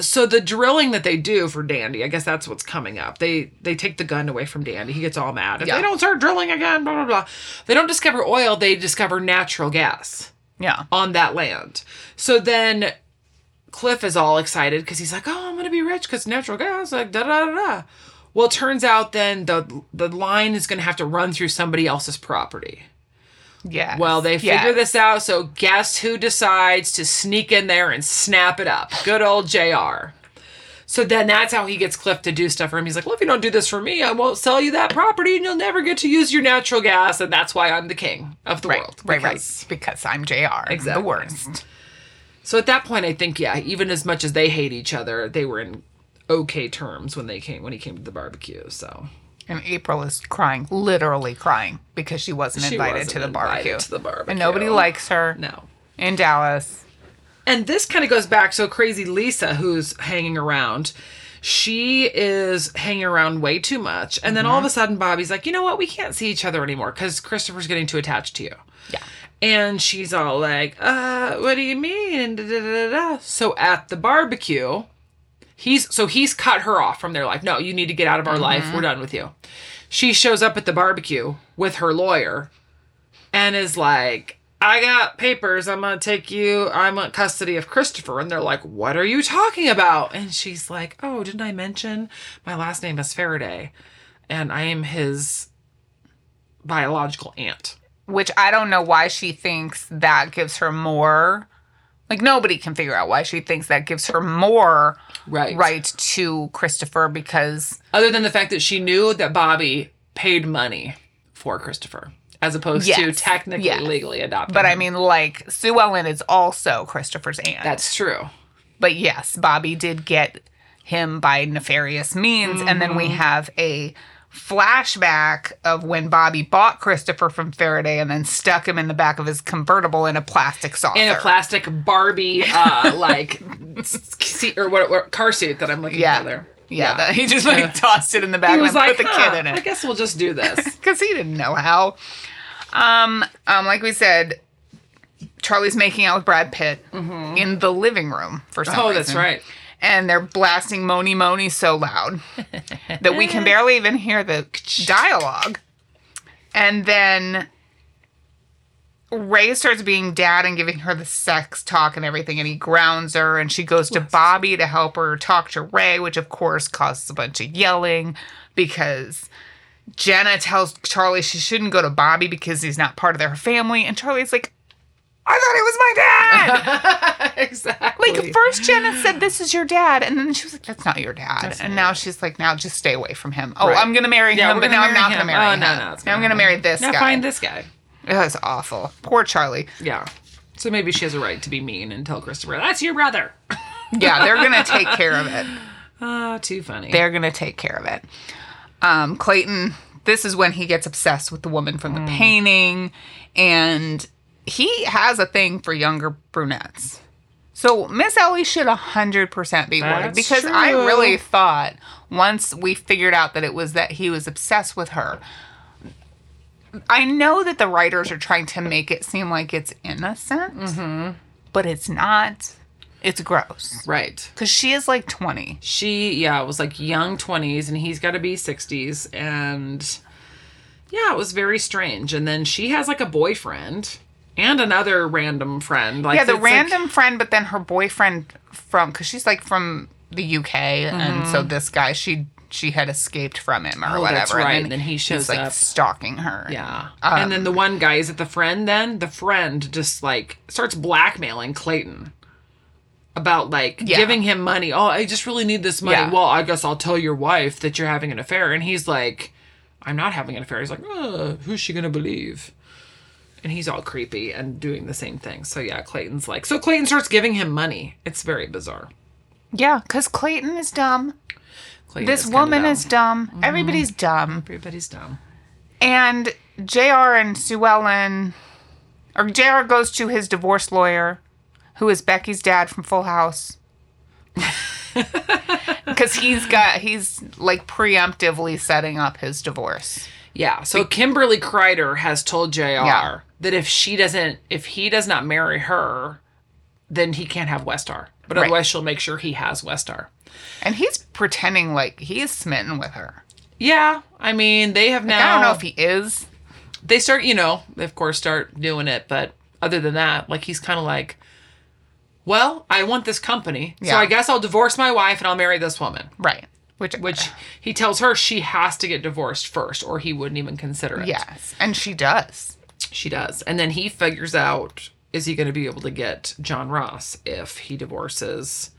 B: so the drilling that they do for Dandy, I guess that's what's coming up. They they take the gun away from Dandy. He gets all mad. If
A: Yeah.
B: they don't start drilling again, blah blah blah. They don't discover oil, they discover natural gas
A: yeah,
B: on that land. So then Cliff is all excited because he's like, "Oh, I'm gonna be rich because natural gas." Like da da da da. Well, it turns out then the the line is gonna have to run through somebody else's property.
A: yeah.
B: Well, they figure
A: Yes.
B: this out. So guess who decides to sneak in there and snap it up? Good old Jr. So then that's how he gets Cliff to do stuff for him. He's like, "Well, if you don't do this for me, I won't sell you that property, and you'll never get to use your natural gas, and that's why I'm the king of the
A: Right,
B: world."
A: right,
B: because-
A: right. Because I'm Jr.
B: Exactly.
A: The worst.
B: So at that point, I think yeah, even as much as they hate each other, they were in okay terms when they came when he came to the barbecue. So
A: And April is crying, literally crying, because she wasn't
B: She
A: invited
B: wasn't
A: to the
B: invited
A: barbecue.
B: to the barbecue.
A: And nobody likes her
B: no.
A: in Dallas.
B: And this kind of goes back. So crazy Lisa, who's hanging around, She is hanging around way too much. And then all of a sudden, Bobby's like, you know what? We can't see each other anymore because Christopher's getting too attached to you.
A: Yeah.
B: And she's all like, uh, what do you mean? And da, da, da, da. So at the barbecue, he's so he's cut her off from their life. No, you need to get out of our life. We're done with you. She shows up at the barbecue with her lawyer and is like, I got papers. I'm going to take you. I want custody of Christopher. And they're like, What are you talking about? And she's like, Oh, didn't I mention my last name is Faraday and I am his biological aunt?
A: Which I don't know why she thinks that gives her more. Like nobody can figure out why she thinks that gives her more
B: Right.
A: right to Christopher because
B: Other than the fact that she knew that Bobby paid money for Christopher as opposed to
A: Yes.
B: technically
A: Yes.
B: legally adopted.
A: but I
B: him.
A: mean like Sue Ellen is also Christopher's aunt.
B: that's true.
A: But yes, Bobby did get him by nefarious means. And then
B: Mm-hmm.
A: we have a flashback of when Bobby bought Christopher from Faraday and then stuck him in the back of his convertible in a plastic saucer.
B: in a plastic Barbie uh like (laughs) seat or what, what car seat that I'm looking
A: Yeah.
B: for there.
A: Yeah, that- he just like tossed it in the back
B: He
A: and
B: was
A: then
B: like,
A: put the
B: "Huh,
A: kid in
B: I
A: it
B: guess we'll just
A: (laughs)
B: do this.
A: because he didn't know how. Um, um, like we said, Charlie's making out with Brad Pitt in the living room for some
B: Mm-hmm. oh,
A: reason.
B: that's (laughs) right.
A: and they're blasting Moni Moni so loud that we can barely even hear the dialogue. And then Ray starts being dad and giving her the sex talk and everything, and he grounds her, and she goes to Bobby to help her talk to Ray, which of course causes a bunch of yelling because Jenna tells Charlie she shouldn't go to Bobby because he's not part of their family, and Charlie's like, I thought it was my dad!
B: exactly.
A: Like first Jenna said, This is your dad, and then she was like, That's not your dad. and now she's like, Now just stay away from him. Oh,
B: Right.
A: I'm gonna marry
B: Yeah,
A: him,
B: we're
A: but
B: gonna
A: now I'm
B: marry
A: not gonna
B: him.
A: marry
B: Oh,
A: him.
B: no, no, it's
A: now I'm
B: gonna
A: gonna marry this
B: now
A: guy.
B: find this guy.
A: It was awful. Poor Charlie.
B: Yeah. So maybe she has a right to be mean and tell Christopher, that's your brother.
A: Yeah, they're gonna take care of it.
B: Ah, too funny.
A: They're gonna take care of it. Um, Clayton, this is when he gets obsessed with the woman from the
B: Mm.
A: painting, and he has a thing for younger brunettes. So Miss Ellie should hundred percent be worried
B: That's
A: because I
B: true.
A: really thought once we figured out that it was that he was obsessed with her. I know that the writers are trying to make it seem like it's innocent,
B: Mm-hmm.
A: but it's not. It's gross
B: Right.
A: because she is like twenty.
B: She, yeah, was like young 20s and he's got to be 60s. And yeah, it was very strange. And then she has like a boyfriend and another random friend. Like,
A: yeah, the
B: it's like-
A: random friend, but then her boyfriend from because she's like from the UK, and so this guy she she had escaped from him or whatever.
B: Mm-hmm. Oh, that's right, and then he
A: he's,
B: shows
A: like
B: up.
A: stalking her.
B: Yeah.
A: Um,
B: and then the one guy, is it the friend then? The friend just like starts blackmailing Clayton about like
A: Yeah.
B: giving him money. Oh, I just really need this money.
A: Yeah.
B: Well, I guess I'll tell your wife that you're having an affair. And he's like, I'm not having an affair. He's like, "Uh, who's she going to believe? And he's all creepy and doing the same thing. So yeah, Clayton's like, so Clayton starts giving him money. It's very bizarre.
A: yeah, because Clayton is dumb.
B: Clayton
A: This
B: kinda
A: woman
B: dumb. Mm-hmm.
A: is dumb. Everybody's dumb,
B: Everybody's dumb.
A: and Jr. and Sue Ellen, or Jr. goes to his divorce lawyer, who is Becky's dad from Full
B: (laughs)
A: House. Because he's got, he's like preemptively setting up his divorce.
B: Yeah. So Kimberly Kreider has told JR
A: Yeah.
B: that if she doesn't, if he does not marry her, then he can't have Westar. But
A: Right.
B: otherwise, she'll make sure he has Westar.
A: And he's pretending like he is smitten with her.
B: Yeah. I mean, they have now.
A: I don't know if he is.
B: they start, you know, they of course start doing it. But other than that, like he's kind of like, well, I want this company. So
A: Yeah.
B: I guess I'll divorce my wife and I'll marry this woman.
A: Right. Which,
B: Which he tells her she has to get divorced first or he wouldn't even consider it.
A: yes. And she does.
B: She does. And then he figures out is he going to be able to get John Ross if he divorces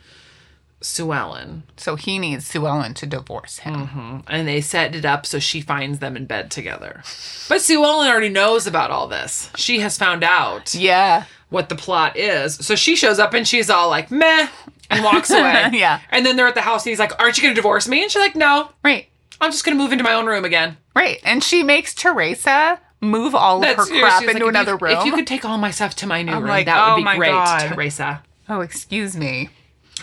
B: Sue Ellen?
A: So he needs Sue Ellen to divorce him.
B: Mm-hmm. And they set it up so she finds them in bed together. But Sue Ellen already knows about all this. She has found out
A: Yeah.
B: what the plot is. So she shows up and she's all like, meh,
A: (laughs)
B: and walks away.
A: Yeah.
B: And then they're at the house and he's like, aren't you going to divorce me? And she's like, no,
A: Right.
B: I'm just going to move into my own room again.
A: Right. And she makes Teresa move all of her
B: She's
A: crap
B: like,
A: into
B: "If you-
A: another room.
B: If you could take all my stuff to my new room,
A: like,
B: that would
A: "Oh
B: be
A: my
B: great,
A: God."
B: Teresa.
A: oh, excuse me.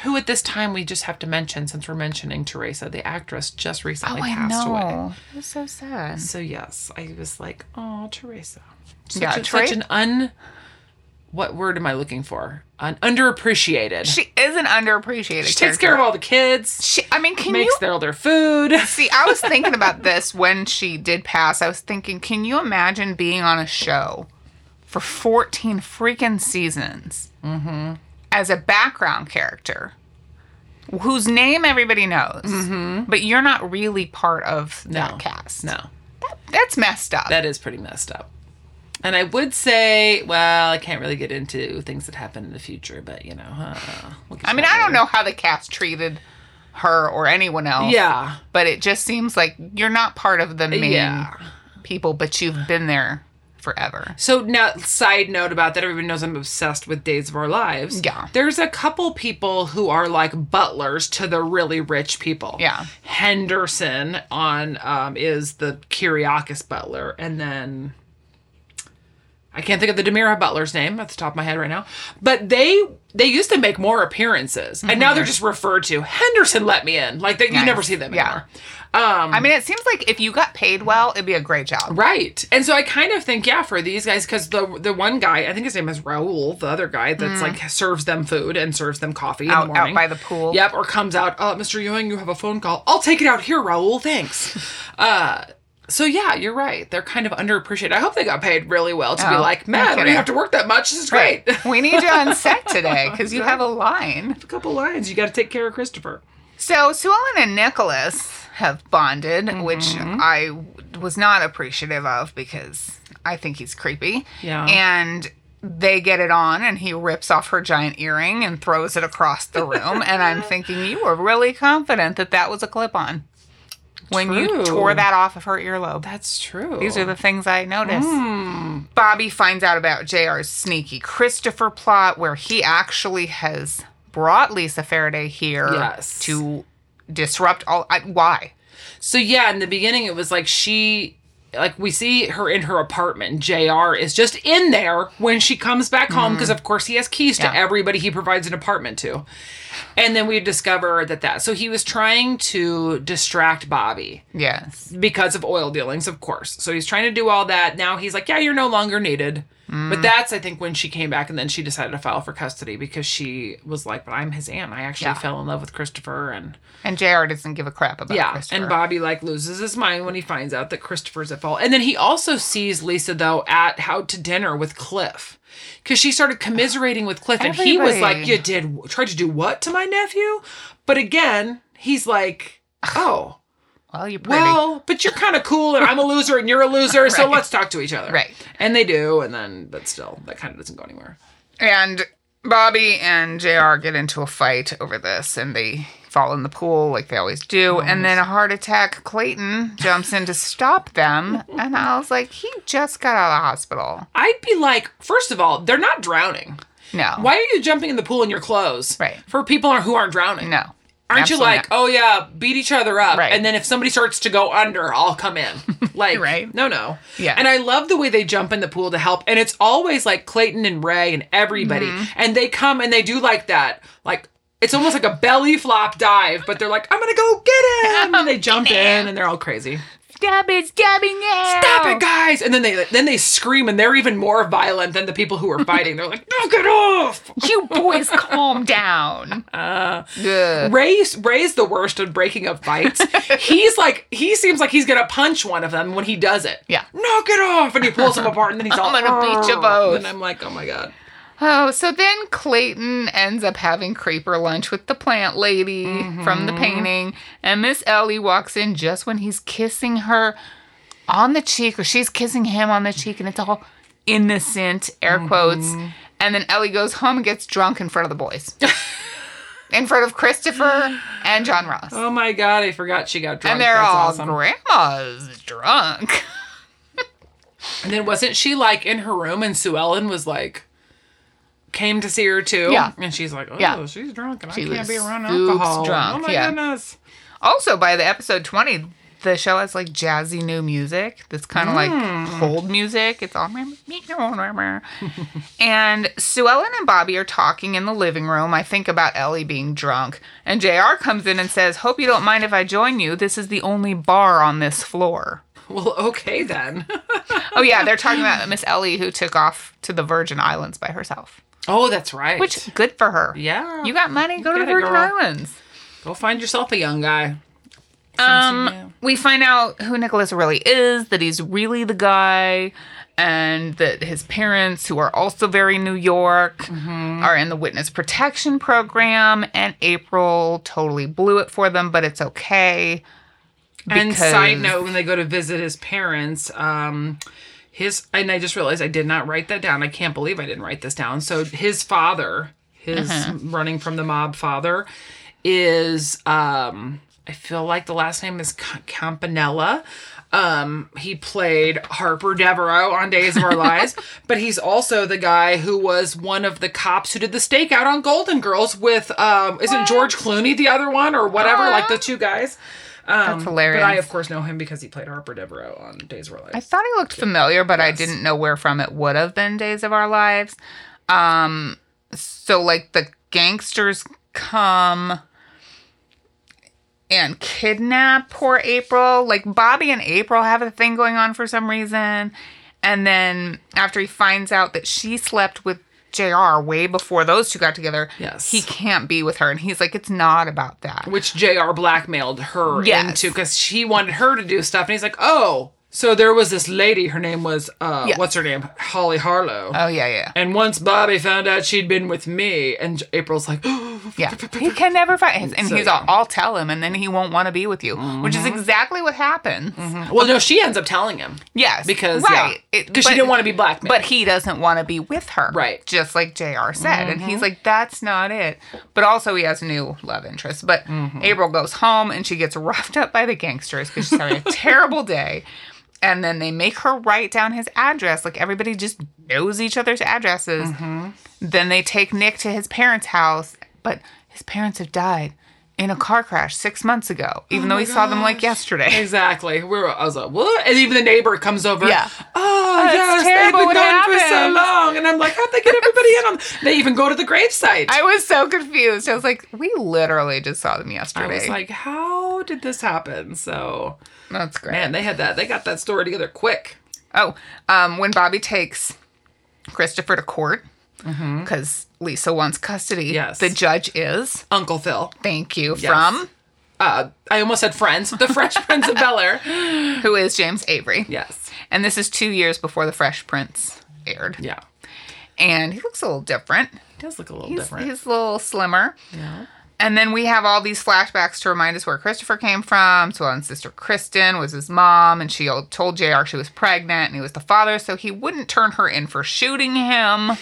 B: who at this time we just have to mention since we're mentioning Teresa, the actress, just recently
A: oh, I
B: passed
A: know.
B: away.
A: It was so sad.
B: So yes, I was like, oh, Teresa. Such,
A: Yeah,
B: a-
A: Tere-
B: such an un. What word am I looking for? An underappreciated. She,
A: She is an underappreciated.
B: takes care of all the kids.
A: She, I mean, can
B: makes
A: you
B: their all their food.
A: (laughs) see? I was thinking about this when she did pass. I was thinking, can you imagine being on a show for 14 freaking seasons
B: Mm-hmm.
A: as a background character? Whose name everybody knows, but you're not really part of that
B: Mm-hmm. No.
A: cast.
B: No,
A: That's messed up.
B: that is pretty messed up. And I would say, well, I can't really get into things that happen in the future, but you know, huh? we'll get
A: I
B: to
A: mean,
B: that
A: I don't
B: later.
A: know how the cast treated her or anyone else.
B: Yeah,
A: But it just seems like you're not part of the main
B: Yeah.
A: people, but you've been there forever.
B: So now, side note about that, everyone knows I'm obsessed with Days of Our Lives.
A: Yeah.
B: There's a couple people who are like butlers to the really rich people.
A: Yeah.
B: Henderson on um, is the Kyriakis butler, and then I can't think of the Demira butler's name at the top of my head right now. But they they used to make more appearances, and now they're just referred to. Henderson let me in. Like they, you never see them
A: Mhm. Yeah.
B: anymore. Um,
A: I mean, it seems like if you got paid well, it'd be a great job.
B: Right. And so I kind of think, yeah, for these guys, because the the one guy, I think his name is Raul, the other guy that's like serves them food and serves them coffee
A: Mm. Out-
B: in
A: out
B: the morning.
A: by the pool.
B: Yep. Or comes out, uh, Mr. Ewing, you have a phone call. I'll take it out here, Raul.
A: (laughs)
B: Thanks. uh, so yeah, you're right. They're kind of underappreciated. I hope they got paid really well to be
A: Oh,
B: like,
A: no
B: man, I don't
A: kidding.
B: have to work that much. This is great.
A: We need you on set today because you have a line.
B: (laughs) a couple lines. You got to take care of Christopher.
A: So Sue Ellen and Nicholas have bonded,
B: Mm-hmm.
A: which I w- was not appreciative of because I think he's creepy.
B: Yeah.
A: And they get it on, and he rips off her giant earring and throws it across the room. and
B: (laughs)
A: I'm thinking, you were really confident that that was a clip on when you
B: True.
A: tore that off of her earlobe.
B: That's true.
A: These are the things I noticed.
B: Hmm.
A: Bobby finds out about JR's sneaky Christopher plot, where he actually has brought Lisa Faraday here
B: Yes.
A: to disrupt all. I, why?
B: So yeah, in the beginning it was like she like we see her in her apartment. JR is just in there when she comes back home because of course he has keys to
A: Mm-hmm. Yeah.
B: everybody he provides an apartment to. And then we discover that that so he was trying to distract Bobby
A: Yes.
B: because of oil dealings, of course. So he's trying to do all that. Now he's like, yeah, you're no longer needed.
A: Mm.
B: But that's I think when she came back and then she decided to file for custody because she was like, but I'm his aunt. I actually
A: Yeah.
B: fell in love with Christopher and
A: And JR doesn't give a crap about
B: yeah,
A: Christopher.
B: and Bobby like loses his mind when he finds out that Christopher's at fault, and then he also sees Lisa though at out to dinner with Cliff, because she started commiserating with Cliff, and he was
A: Everybody.
B: like, "You did tried to do what to my nephew?" But again, he's like, "Oh,
A: well, you're pretty.
B: well, but you're kind of cool, and I'm a loser, and you're a loser,
A: (laughs)
B: so
A: Right.
B: let's talk to each other."
A: Right.
B: And they do, and then but still, that kind of doesn't go anywhere.
A: and Bobby and JR get into a fight over this, and they fall in the pool like they always do. and then a heart attack, Clayton jumps in to stop them. And I was like, he just got out of the hospital.
B: I'd be like, first of all, they're not drowning.
A: No.
B: Why are you jumping in the pool in your clothes?
A: Right.
B: For people who aren't drowning.
A: No.
B: Aren't you
A: Absolutely
B: like, oh yeah, beat each other up,
A: Right.
B: and then if somebody starts to go under, I'll come in.
A: (laughs)
B: Like,
A: Right.
B: no, no,
A: Yeah.
B: And I love the way they jump in the pool to help, and it's always like Clayton and Ray and everybody,
A: Mm-hmm.
B: and they come and they do like that, like it's almost like a belly flop dive, but they're like, I'm gonna go get him, and
A: (laughs)
B: they jump in, and they're all crazy.
A: Stop it, stop it now.
B: Stop it, guys! And then they then they scream, and they're even more violent than the people who are fighting. They're like, no, get off!
A: You boys calm
B: (laughs)
A: down.
B: Uh,
A: Ugh.
B: Ray's Ray's the worst at breaking
A: (laughs)
B: up fights. he's like he seems like he's gonna punch one of them when he does it.
A: Yeah.
B: knock it off, and he pulls them apart,
A: (laughs)
B: and then he's all
A: gonna beat you
B: "Argh."
A: both.
B: And I'm like, oh my god,
A: Oh, so then Clayton ends up having creeper lunch with the plant lady from
B: Mm-hmm.
A: the painting, and Miss Ellie walks in just when he's kissing her on the cheek, or she's kissing him on the cheek, and it's all innocent, air quotes.
B: Mm-hmm.
A: And then Ellie goes home and gets drunk in front of the
B: (laughs)
A: boys,
B: Oh,
A: in front of Christopher and John Ross.
B: oh my god, I forgot she got drunk.
A: and they're
B: That's
A: all
B: awesome.
A: grandma's drunk.
B: And then wasn't she like in her room, and Sue Ellen was like. Came to see her too,
A: Yeah.
B: And she's like, "Oh,
A: Yeah.
B: she's drunk, and
A: She
B: I can't
A: was
B: be around
A: soups
B: alcohol."
A: drunk,
B: oh my
A: yeah.
B: goodness!
A: Also, by the episode 20, the show has like jazzy new music that's kind of
B: Mm.
A: like cold music. It's all (laughs) and Sue Ellen and Bobby are talking in the living room. I think about Ellie being drunk, and Jr. comes in and says, "Hope you don't mind if I join you. This is the only bar on this floor."
B: Well, okay then. (laughs)
A: Oh yeah, they're talking about Miss Ellie who took off to the Virgin Islands by herself.
B: oh, that's right.
A: Which good for her.
B: Yeah.
A: You got money, go to the
B: got it,
A: Virgin
B: girl.
A: Islands.
B: go find yourself a young guy.
A: Um, we find out who Nicholas really is, that he's really the guy, and that his parents, who are also very New York,
B: Mm-hmm.
A: are in the witness protection program, and April totally blew it for them, but it's okay.
B: And side
A: because-
B: note, when they go to visit his parents, um, his and I just realized I did not write that down. I can't believe I didn't write this down. So his father, his running from the mob father, is um, I feel like the last name is Ca- Campanella. Um, he played Harper Devereaux on Days of Our Lives, but he's also the guy who was one of the cops who did the stakeout on Golden Girls with um, isn't George Clooney the other one or whatever, like the two guys.
A: That's hilarious.
B: Um, But I, of course, know him because he played Harper Devereaux on Days of Our Lives.
A: I thought he looked familiar, but I didn't know where from it would have been Days of Our Lives. Um, so like the gangsters come and kidnap poor April. Like Bobby and April have a thing going on for some reason. And then after he finds out that she slept with JR way before those two got together,
B: Yes.
A: he can't be with her. And he's like, it's not about that.
B: which JR blackmailed her
A: Yes.
B: into because she wanted her to do stuff. And he's like, oh, so there was this lady. Her name was, uh,
A: Yeah.
B: what's her name? Holly Harlow.
A: Oh, yeah, yeah.
B: and once Bobby found out she'd been with me, and J- April's like, (gasps)
A: Yeah, he can never find, and
B: So,
A: he's all, "I'll tell him," and then he won't want to be with you, which
B: Mm-hmm.
A: is exactly what happens.
B: well, no, she ends up telling him
A: Yes,
B: Mm-hmm. because
A: right,
B: yeah,
A: It-
B: because she
A: but-
B: didn't want to be blackmailed.
A: but he doesn't want to be with her,
B: Right. Mm-hmm.
A: Just like Jr. said, and he's like, "That's not it." But also, he has a new love interest. But
B: Mm-hmm.
A: April goes home, and she gets roughed up by the gangsters because she's having a
B: (laughs)
A: terrible day. And then they make her write down his address. Like everybody just knows each other's addresses.
B: Mm-hmm.
A: Then they take Nick to his parents' house, but his parents have died in a car crash six months ago, even
B: Oh
A: though he saw them like yesterday.
B: Exactly. We were, I was like, what? And even the neighbor comes over.
A: Yeah.
B: Oh,
A: it's
B: yes.
A: terrible
B: They've
A: what
B: been gone for so
A: happened."
B: long. And I'm like, how'd they get everybody in on? They even go to the gravesite.
A: (laughs) I was so confused. I was like, we literally just saw them yesterday.
B: I was like, how did this happen? So,
A: that's great.
B: man, they had that. They got that story together quick.
A: Oh, um, when Bobby takes Christopher to court because Lisa wants custody.
B: Yes.
A: The judge is,
B: Uncle Phil.
A: thank you, from
B: Uh, I almost said Friends. The
A: (laughs)
B: Fresh Prince of Bel Air.
A: who is James Avery.
B: Yes.
A: And this is two years before The Fresh Prince aired.
B: Yeah.
A: And he looks a little different.
B: It does look a little
A: He's,
B: different.
A: he's a little slimmer.
B: yeah.
A: And then we have all these flashbacks to remind us where Christopher came from. So, and sister Kristen was his mom, and she told JR she was pregnant and he was the father, so he wouldn't turn her in for shooting him.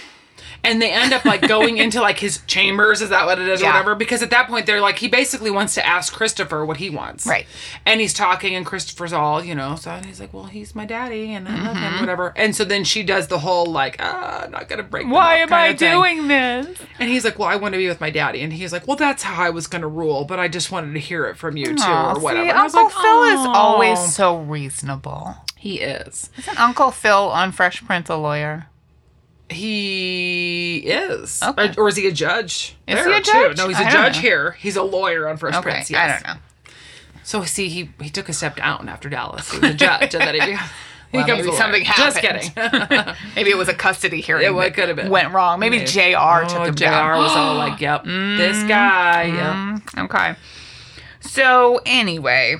B: And they end up like going into like his chambers. Is that what it is, or
A: Yeah.
B: whatever? Because at that point, they're like, he basically wants to ask Christopher what he wants.
A: Right.
B: And he's talking, and Christopher's all, you know, so and he's like, well, he's my daddy, and I love
A: Mm-hmm.
B: him, whatever. And so then she does the whole like, ah, not gonna break. them
A: Why
B: up
A: am
B: kind
A: I
B: of thing.
A: doing this?
B: And he's like, well, I want to be with my daddy. And he's like, well, that's how I was gonna rule, but I just wanted to hear it from you too,
A: Aw,
B: or whatever.
A: See,
B: And I was
A: Uncle
B: like,
A: Phil is
B: "Aw."
A: always so reasonable.
B: he is.
A: Isn't Uncle Phil on Fresh Prince a lawyer?
B: He is.
A: Okay.
B: Or is he a judge?
A: Is
B: there,
A: he a
B: too?
A: judge?
B: No, he's
A: I
B: a
A: don't
B: judge
A: know.
B: here. He's a lawyer on First
A: Okay,
B: Prince. Yes.
A: I don't know.
B: So see, he he took a step down after Dallas. He was a judge, and
A: (laughs)
B: then he, he
A: Well,
B: becomes
A: maybe
B: a lawyer.
A: something
B: Just
A: happened.
B: kidding. (laughs)
A: Maybe it was a custody hearing.
B: It wa-
A: that
B: could have been.
A: Went wrong. Mm-hmm. Maybe,
B: Maybe.
A: Jr. took
B: Oh,
A: him
B: Jr.
A: down.
B: was all like,
A: (gasps)
B: "Yep, this guy."
A: Mm-hmm.
B: Yeah.
A: Okay. So anyway,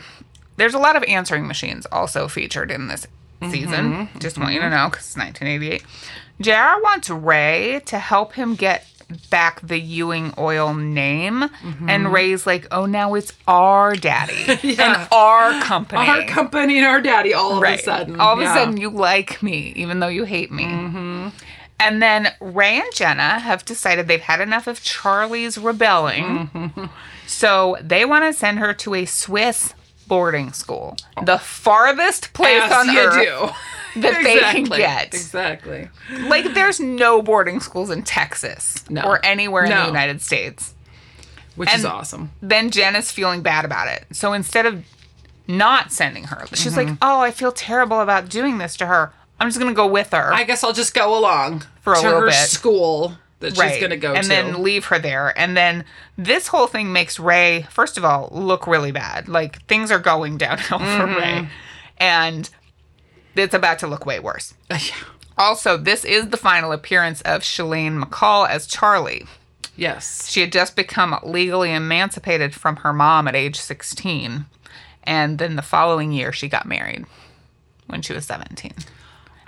A: there's a lot of answering machines also featured in this season.
B: Mm-hmm.
A: Just want you to know because it's 1988. JR wants Ray to help him get back the Ewing Oil name, and Ray's like, "Oh, now it's our daddy
B: Mm-hmm. (laughs) Yeah.
A: and our company."
B: Our company and our daddy all of
A: Right.
B: a sudden.
A: All of
B: Yeah. Mm-hmm.
A: a sudden, you like me, even though you hate me. And then Ray and Jenna have decided they've had enough of Charlie's rebelling.
B: Mm-hmm.
A: So they want to send her to a Swiss boarding school, the farthest place
B: Yes,
A: on
B: you
A: earth
B: do.
A: that they can
B: Exactly.
A: get.
B: Exactly.
A: Like, there's no boarding schools in Texas
B: No.
A: or anywhere in the
B: No.
A: United States
B: Which is
A: And-
B: awesome.
A: then Jen is feeling bad about it. So instead of not sending her. She's like,
B: Mm-hmm.
A: oh, I feel terrible about doing this to her. I'm just gonna go with her.
B: I guess I'll just go along
A: For a
B: to
A: little
B: her
A: bit.
B: school that she's gonna go
A: and
B: to.
A: then leave her there. And then this whole thing makes Ray, first of all, look really bad. Like things are going downhill
B: Mm-hmm.
A: for Ray, and it's about to look way worse. Also, this is the final appearance of Shalane McCall as Charlie.
B: (laughs) yes.
A: She had just become legally emancipated from her mom at age 16. And then the following year, she got married when she was 17.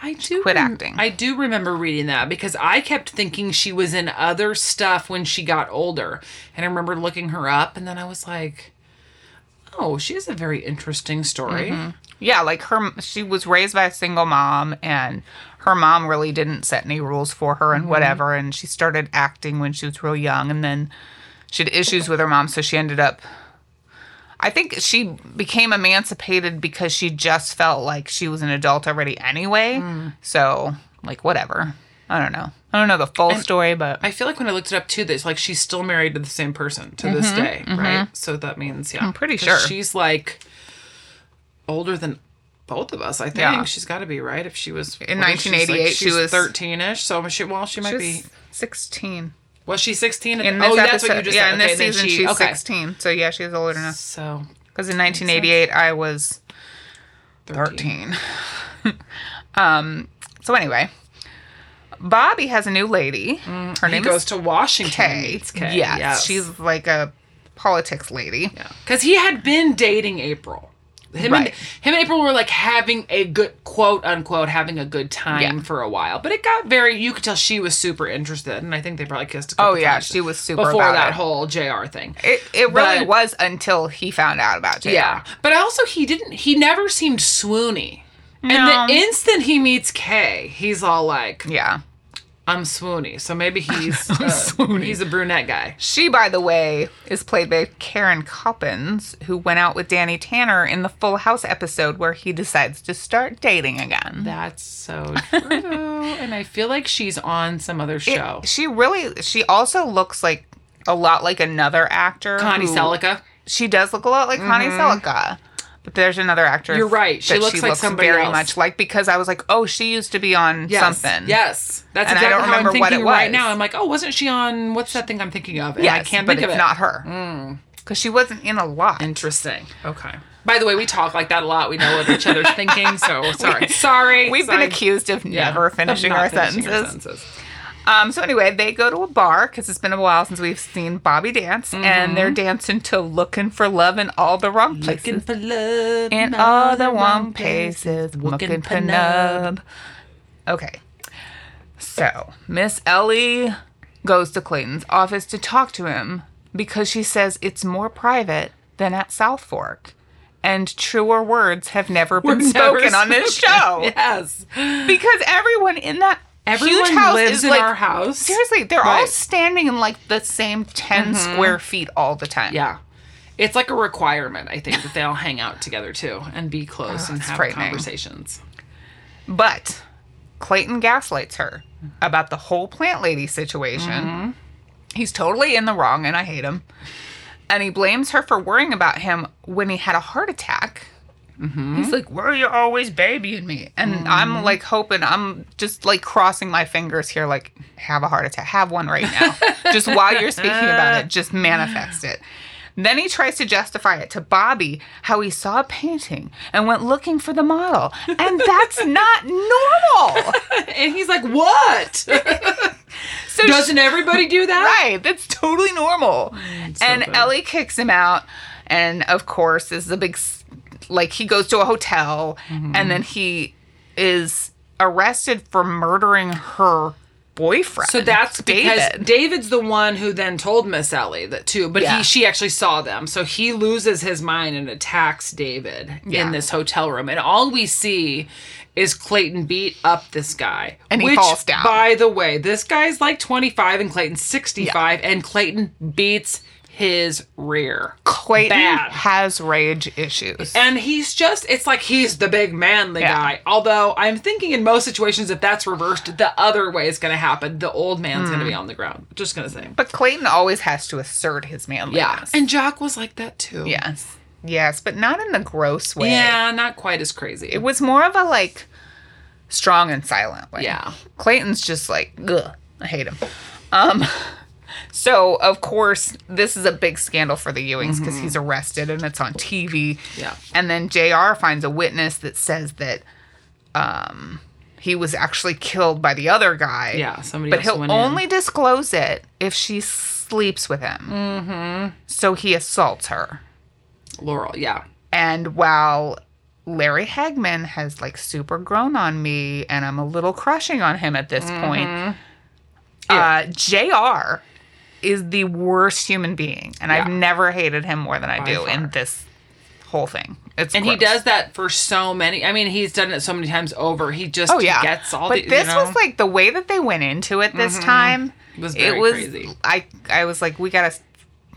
B: I do
A: quit
B: rem-
A: acting.
B: I do remember reading that because I kept thinking she was in other stuff when she got older. And I remember looking her up and then I was like, Oh, she has a very interesting story.
A: Mm-hmm. Yeah, like her, she was raised by a single mom, and her mom really didn't set any rules for her
B: Mm-hmm.
A: and whatever. And she started acting when she was real young, and then she had issues with her mom, so she ended up. I think she became emancipated because she just felt like she was an adult already anyway.
B: Mm.
A: So, like, whatever. I don't know. I don't know the full story, but
B: I feel like when I looked it up too, that it's like she's still married to the same person to this
A: Mm-hmm.
B: day, right? So that means yeah, I'm
A: pretty sure.
B: she's like older than both of us. I think
A: Yeah.
B: she's got to be right if she was
A: In
B: what is she, like,
A: 1988, she
B: she's
A: was-
B: 13ish. So she well, she might
A: she's
B: be
A: 16.
B: was she 16?
A: In this
B: oh,
A: episode,
B: that's what you just
A: yeah,
B: said.
A: in
B: Okay,
A: this
B: then
A: season,
B: she-
A: she's
B: okay.
A: 16. So, yeah, she's older now.
B: So
A: Because in 1988, I was
B: 13.
A: 13. um, (laughs) so anyway, Bobby has a new lady. Her
B: He
A: name
B: goes
A: is
B: to Washington. and
A: Kay.
B: Mm, meets Kay.
A: Yes,
B: yes.
A: she's like a politics lady.
B: because he had been dating April. Him, and,
A: Right.
B: him and April were like having a good quote unquote having a good time
A: Yeah.
B: for a while, but it got very. You could tell she was super interested, and I think they probably kissed. a
A: Oh,
B: couple
A: yeah,
B: times
A: she was super
B: before
A: about
B: that
A: it.
B: whole Jr. thing.
A: It, it really
B: But-
A: was until he found out about it.
B: yeah, but also he didn't. He never seemed swoony.
A: No.
B: And the instant he meets Kay, he's all like,
A: Yeah.
B: "I'm swoony." So
A: (laughs)
B: maybe he's uh, he's a brunette guy.
A: She, by the way, is played by Karen Coppins, who went out with Danny Tanner in the Full House episode where he decides to start dating again.
B: That's (laughs) so true. and I feel like she's on some other show.
A: She really, she also looks like a lot like another actor.
B: Connie
A: who-
B: Selica.
A: She does look a lot like Connie Selica. But there's another actress.
B: Mm-hmm. You're right. She
A: that
B: looks like somebody
A: very
B: else.
A: much like because I was like, oh, she used to be on
B: Yes.
A: something.
B: Yes. That's
A: And I
B: exactly
A: don't
B: how I'm
A: remember
B: thinking
A: what it
B: right
A: was.
B: now. I'm like, oh, wasn't she on what's that thing I'm thinking of? And
A: Yes,
B: I can't
A: but it's
B: think of it. Mm.
A: not her. Because she wasn't in a lot.
B: Interesting. Okay. By the way, we talk like that a lot. We know what each other's
A: (laughs)
B: thinking. So sorry. sorry.
A: We've
B: Sorry.
A: been accused of
B: Yeah.
A: never
B: Of
A: finishing,
B: not
A: our,
B: finishing
A: sentences.
B: our sentences.
A: Um, so anyway, they go to a bar because it's been a while since we've seen Bobby dance, and they're dancing to "Looking for Love" in all the wrong places.
B: Mm-hmm. Looking for love.
A: in all the wrong places, looking for nub. Okay. So, Miss Ellie goes to Clayton's office to talk to him because she says it's more private than at South Fork. And truer words have never
B: (laughs)
A: been spoken on this show.
B: Yes.
A: Because everyone in that
B: Everyone
A: huge house
B: lives
A: is
B: in
A: like,
B: our house.
A: Seriously, they're all
B: Right. Mm-hmm.
A: standing in like the same 10 square feet all the time.
B: Yeah. It's like a requirement, I think, that they all hang out together too
A: (sighs)
B: and be close and
A: Oh, it's
B: have
A: frightening.
B: conversations. (laughs)
A: But Clayton gaslights her about the whole plant lady situation. He's totally in the wrong, and I hate him. And he blames her for worrying about him when he had a heart attack. He's like, "Why are you always babying me?" And I'm like hoping I'm just like crossing my fingers here, like have a heart attack, have one right now. just while you're speaking about it, just manifest it. Then he tries to justify it to Bobby how he saw a painting and went looking for the model, and that's not normal.
B: And he's like, what?
A: (laughs) So she-
B: (laughs) Doesn't everybody do that?
A: right. That's totally
B: (laughs)
A: normal. and
B: bad.
A: Ellie kicks him out, and of course, this is a big, s- like he goes to a hotel,
B: Mm-hmm.
A: and then he is arrested for murdering her boyfriend.
B: So that's because
A: David.
B: David's the one who then told Miss Ellie that too, but
A: Yeah.
B: he she actually saw them. So he loses his mind and attacks David
A: Yeah.
B: in this hotel room. And all we see is Clayton beat up this guy.
A: And he falls down.
B: By the way, this guy's like 25 and Clayton's 65 and Clayton beats his rear.
A: Clayton
B: bad.
A: has rage issues.
B: And he's just, it's like he's the big manly
A: Yeah.
B: guy. Although I'm thinking in most situations, if that's reversed, the other way is going to happen. The old man's
A: Hmm.
B: going to be on the ground. Just going to say.
A: But Clayton always has to assert his manliness.
B: And Jock was like that too.
A: Yes. Yes, but not in the gross way.
B: Yeah, not quite as crazy.
A: It was more of a like strong and silent way.
B: Yeah.
A: Clayton's just like, ugh, I hate him. Um (laughs) so of course this is a big scandal for the Ewings because he's arrested and it's on TV.
B: Mm-hmm. Yeah.
A: And then JR finds a witness that says that um he was actually killed by the other guy.
B: yeah, somebody
A: But
B: else
A: he'll
B: went
A: only disclose it if she sleeps with him. Mm-hmm. So he assaults her.
B: in. Laurel. Yeah,
A: And while Larry Hagman has like super grown on me and I'm a little crushing on him at this
B: Mm-hmm.
A: point, uh, JR is the worst human being. And I've
B: Yeah.
A: never hated him more than I do
B: far.
A: in this whole thing. It's
B: and he
A: gross.
B: does that for so many. I mean, he's done it so many times over. He just
A: Oh yeah,
B: gets all.
A: but
B: the,
A: this
B: you know? Mm-hmm.
A: was like the way that they went into it this time.
B: It was very crazy.
A: I I was like, we gotta s-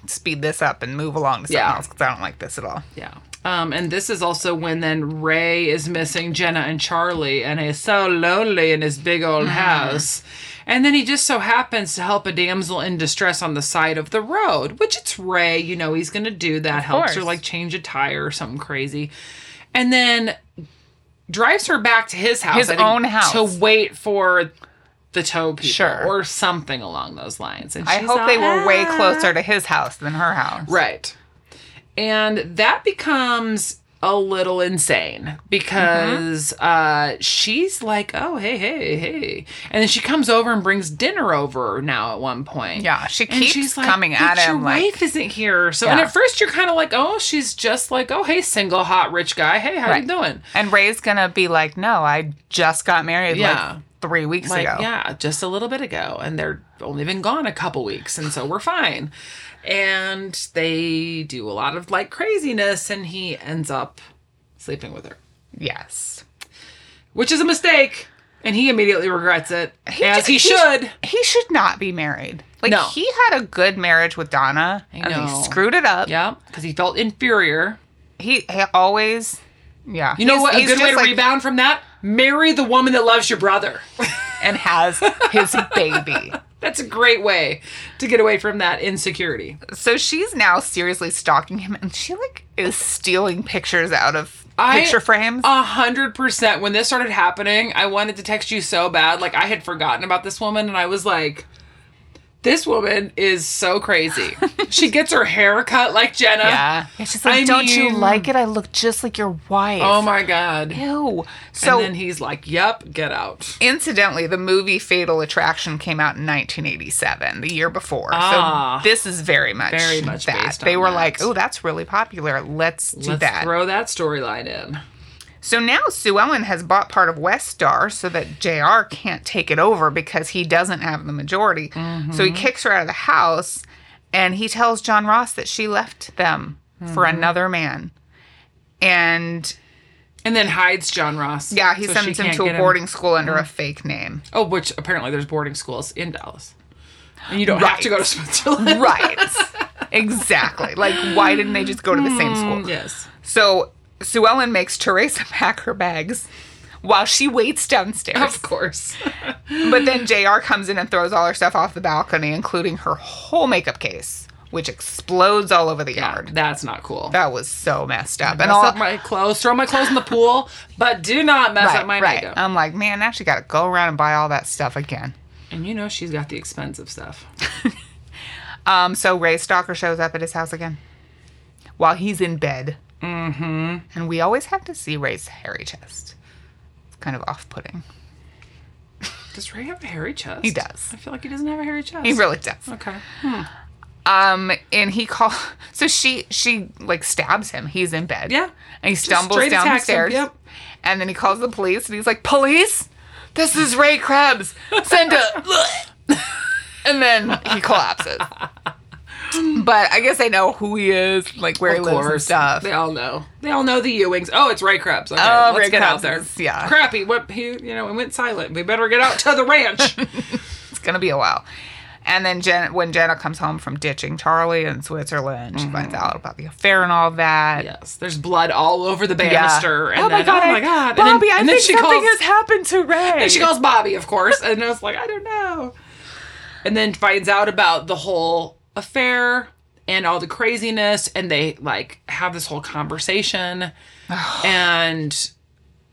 A: speed this up and move along to something
B: Yeah.
A: else because I don't like this at all.
B: Yeah. Um, and this is also when then Ray is missing Jenna and Charlie, and he's so lonely in his big
A: Mm-hmm.
B: old house. And then he just so happens to help a damsel in distress on the side of the road, which it's Ray, you know, he's going to do that. helps her
A: course.
B: like change a tire or something crazy. And then drives her back to his house,
A: His
B: I think,
A: own house.
B: to wait for the tow people
A: Sure.
B: or something along those lines. And
A: I
B: she's
A: hope they
B: all,
A: were way
B: "Ah."
A: closer to his house than her house.
B: Right. And that becomes a little insane because uh, she's like, oh, hey, hey, hey. And then she comes over and brings dinner over now at one point.
A: Yeah, she
B: And
A: keeps
B: she's like,
A: coming at
B: "But
A: him
B: Your
A: like,
B: wife isn't here. So, and
A: Yeah.
B: at first you're kind of like, oh, she's just like, oh, hey, single, hot, rich guy. Hey, how
A: Right.
B: you doing?
A: and Ray's gonna be like, "No, I just got married
B: Yeah.
A: like three weeks
B: like
A: ago."
B: yeah just a little bit ago and they're only been gone a couple weeks and so we're fine and they do a lot of like craziness and he ends up sleeping with her
A: Yes,
B: which is a mistake and he immediately regrets it as
A: ju-
B: he should
A: He should not be married. Like
B: No.
A: he had a good marriage with Donna, and
B: know.
A: he screwed it up.
B: yeah because he felt inferior
A: He, he always, yeah.
B: you know what a good way to
A: like,
B: rebound from that marry the woman that loves your brother (laughs)
A: and has his baby.
B: that's a great way to get away from that insecurity
A: So she's now seriously stalking him, and she like is stealing pictures out of
B: I- Oh,
A: picture frames.
B: A hundred percent. When this started happening, I wanted to text you so bad. Like I had forgotten about this woman, and I was like, "This woman is
A: (laughs)
B: so crazy. she gets her hair cut like Jenna.
A: yeah, and she's like,
B: I
A: "Don't you
B: mean-
A: like it? I look just like your wife."
B: Oh my god."
A: Ew. So
B: and then he's like, "Yep, get out."
A: incidentally, the movie Fatal Attraction came out in 1987, the year before.
B: Ah.
A: so this is very much
B: Very much
A: that.
B: based
A: they
B: on
A: were
B: that.
A: like, "Oh, that's really popular. Let's do
B: Let's
A: that."
B: throw that storyline in.
A: so now Sue Ellen has bought part of West Star so that JR can't take it over because he doesn't have the majority. So
B: Mm-hmm.
A: he kicks her out of the house and he tells John Ross that she left them for
B: Mm-hmm.
A: another man. And
B: And then hides John Ross.
A: yeah, he
B: so she
A: sends him
B: can't
A: to
B: get
A: a boarding school under a fake name.
B: Oh, which apparently there's boarding schools in Dallas, and you don't have to
A: Right.
B: go to
A: (laughs)
B: Switzerland.
A: Right. exactly. Like, why didn't they just go to the same
B: Hmm.
A: school?
B: Yes.
A: So Sue Ellen makes Teresa (laughs) pack her bags while she waits downstairs.
B: Of course. Oh.
A: But then JR comes in and throws all her stuff off the balcony, including her whole makeup case, which explodes all over the yard.
B: That's not cool.
A: That was so messed up. And
B: mess
A: all
B: up my clothes, throw my clothes in the pool, but do not mess
A: right,
B: up my
A: right.
B: makeup.
A: I'm like, man, now she got to go around and buy all that stuff again.
B: and you know she's got the expensive stuff.
A: Um, so Ray Stalker shows up at his house again while he's in bed. Mm-hmm. And we always have to see Ray's hairy chest. It's kind of off-putting.
B: Does Ray have a hairy chest?
A: He does.
B: I feel like he doesn't have a hairy chest.
A: He really does.
B: okay.
A: Um, and he call. So she she like stabs him. He's in bed.
B: Yeah.
A: And he stumbles
B: straight
A: down the
B: attacks him,
A: stairs.
B: yep.
A: And then he calls the police, and he's like, "Police, this is Ray Krebs. Send a." (laughs) and then he
B: (laughs)
A: collapses. But I guess they know who he is, like where he
B: Of
A: lives and
B: course.
A: stuff.
B: They all know. They all know the Ewings. Oh, it's Ray Krebs. Okay,
A: Oh,
B: let's
A: Ray
B: get out there.
A: Krebs is- yeah.
B: Crap, he, went, he, you know, he went silent. We better get out to
A: (laughs)
B: the ranch.
A: It's gonna be a while. And then Jen, when Jenna comes home from ditching Charlie in Switzerland, she
B: Mm-hmm.
A: finds out about the affair and all that.
B: yes. There's blood all over the banister. And
A: oh my
B: then-
A: god!
B: Oh,
A: I-
B: my God.
A: Bobby,
B: and then,
A: I
B: and
A: think
B: then she
A: something
B: calls,
A: has happened to Ray.
B: (laughs) And she calls Bobby, of course. And I was like, I don't know. And then finds out about the whole affair and all the craziness and they like have this whole
A: (sighs)
B: conversation and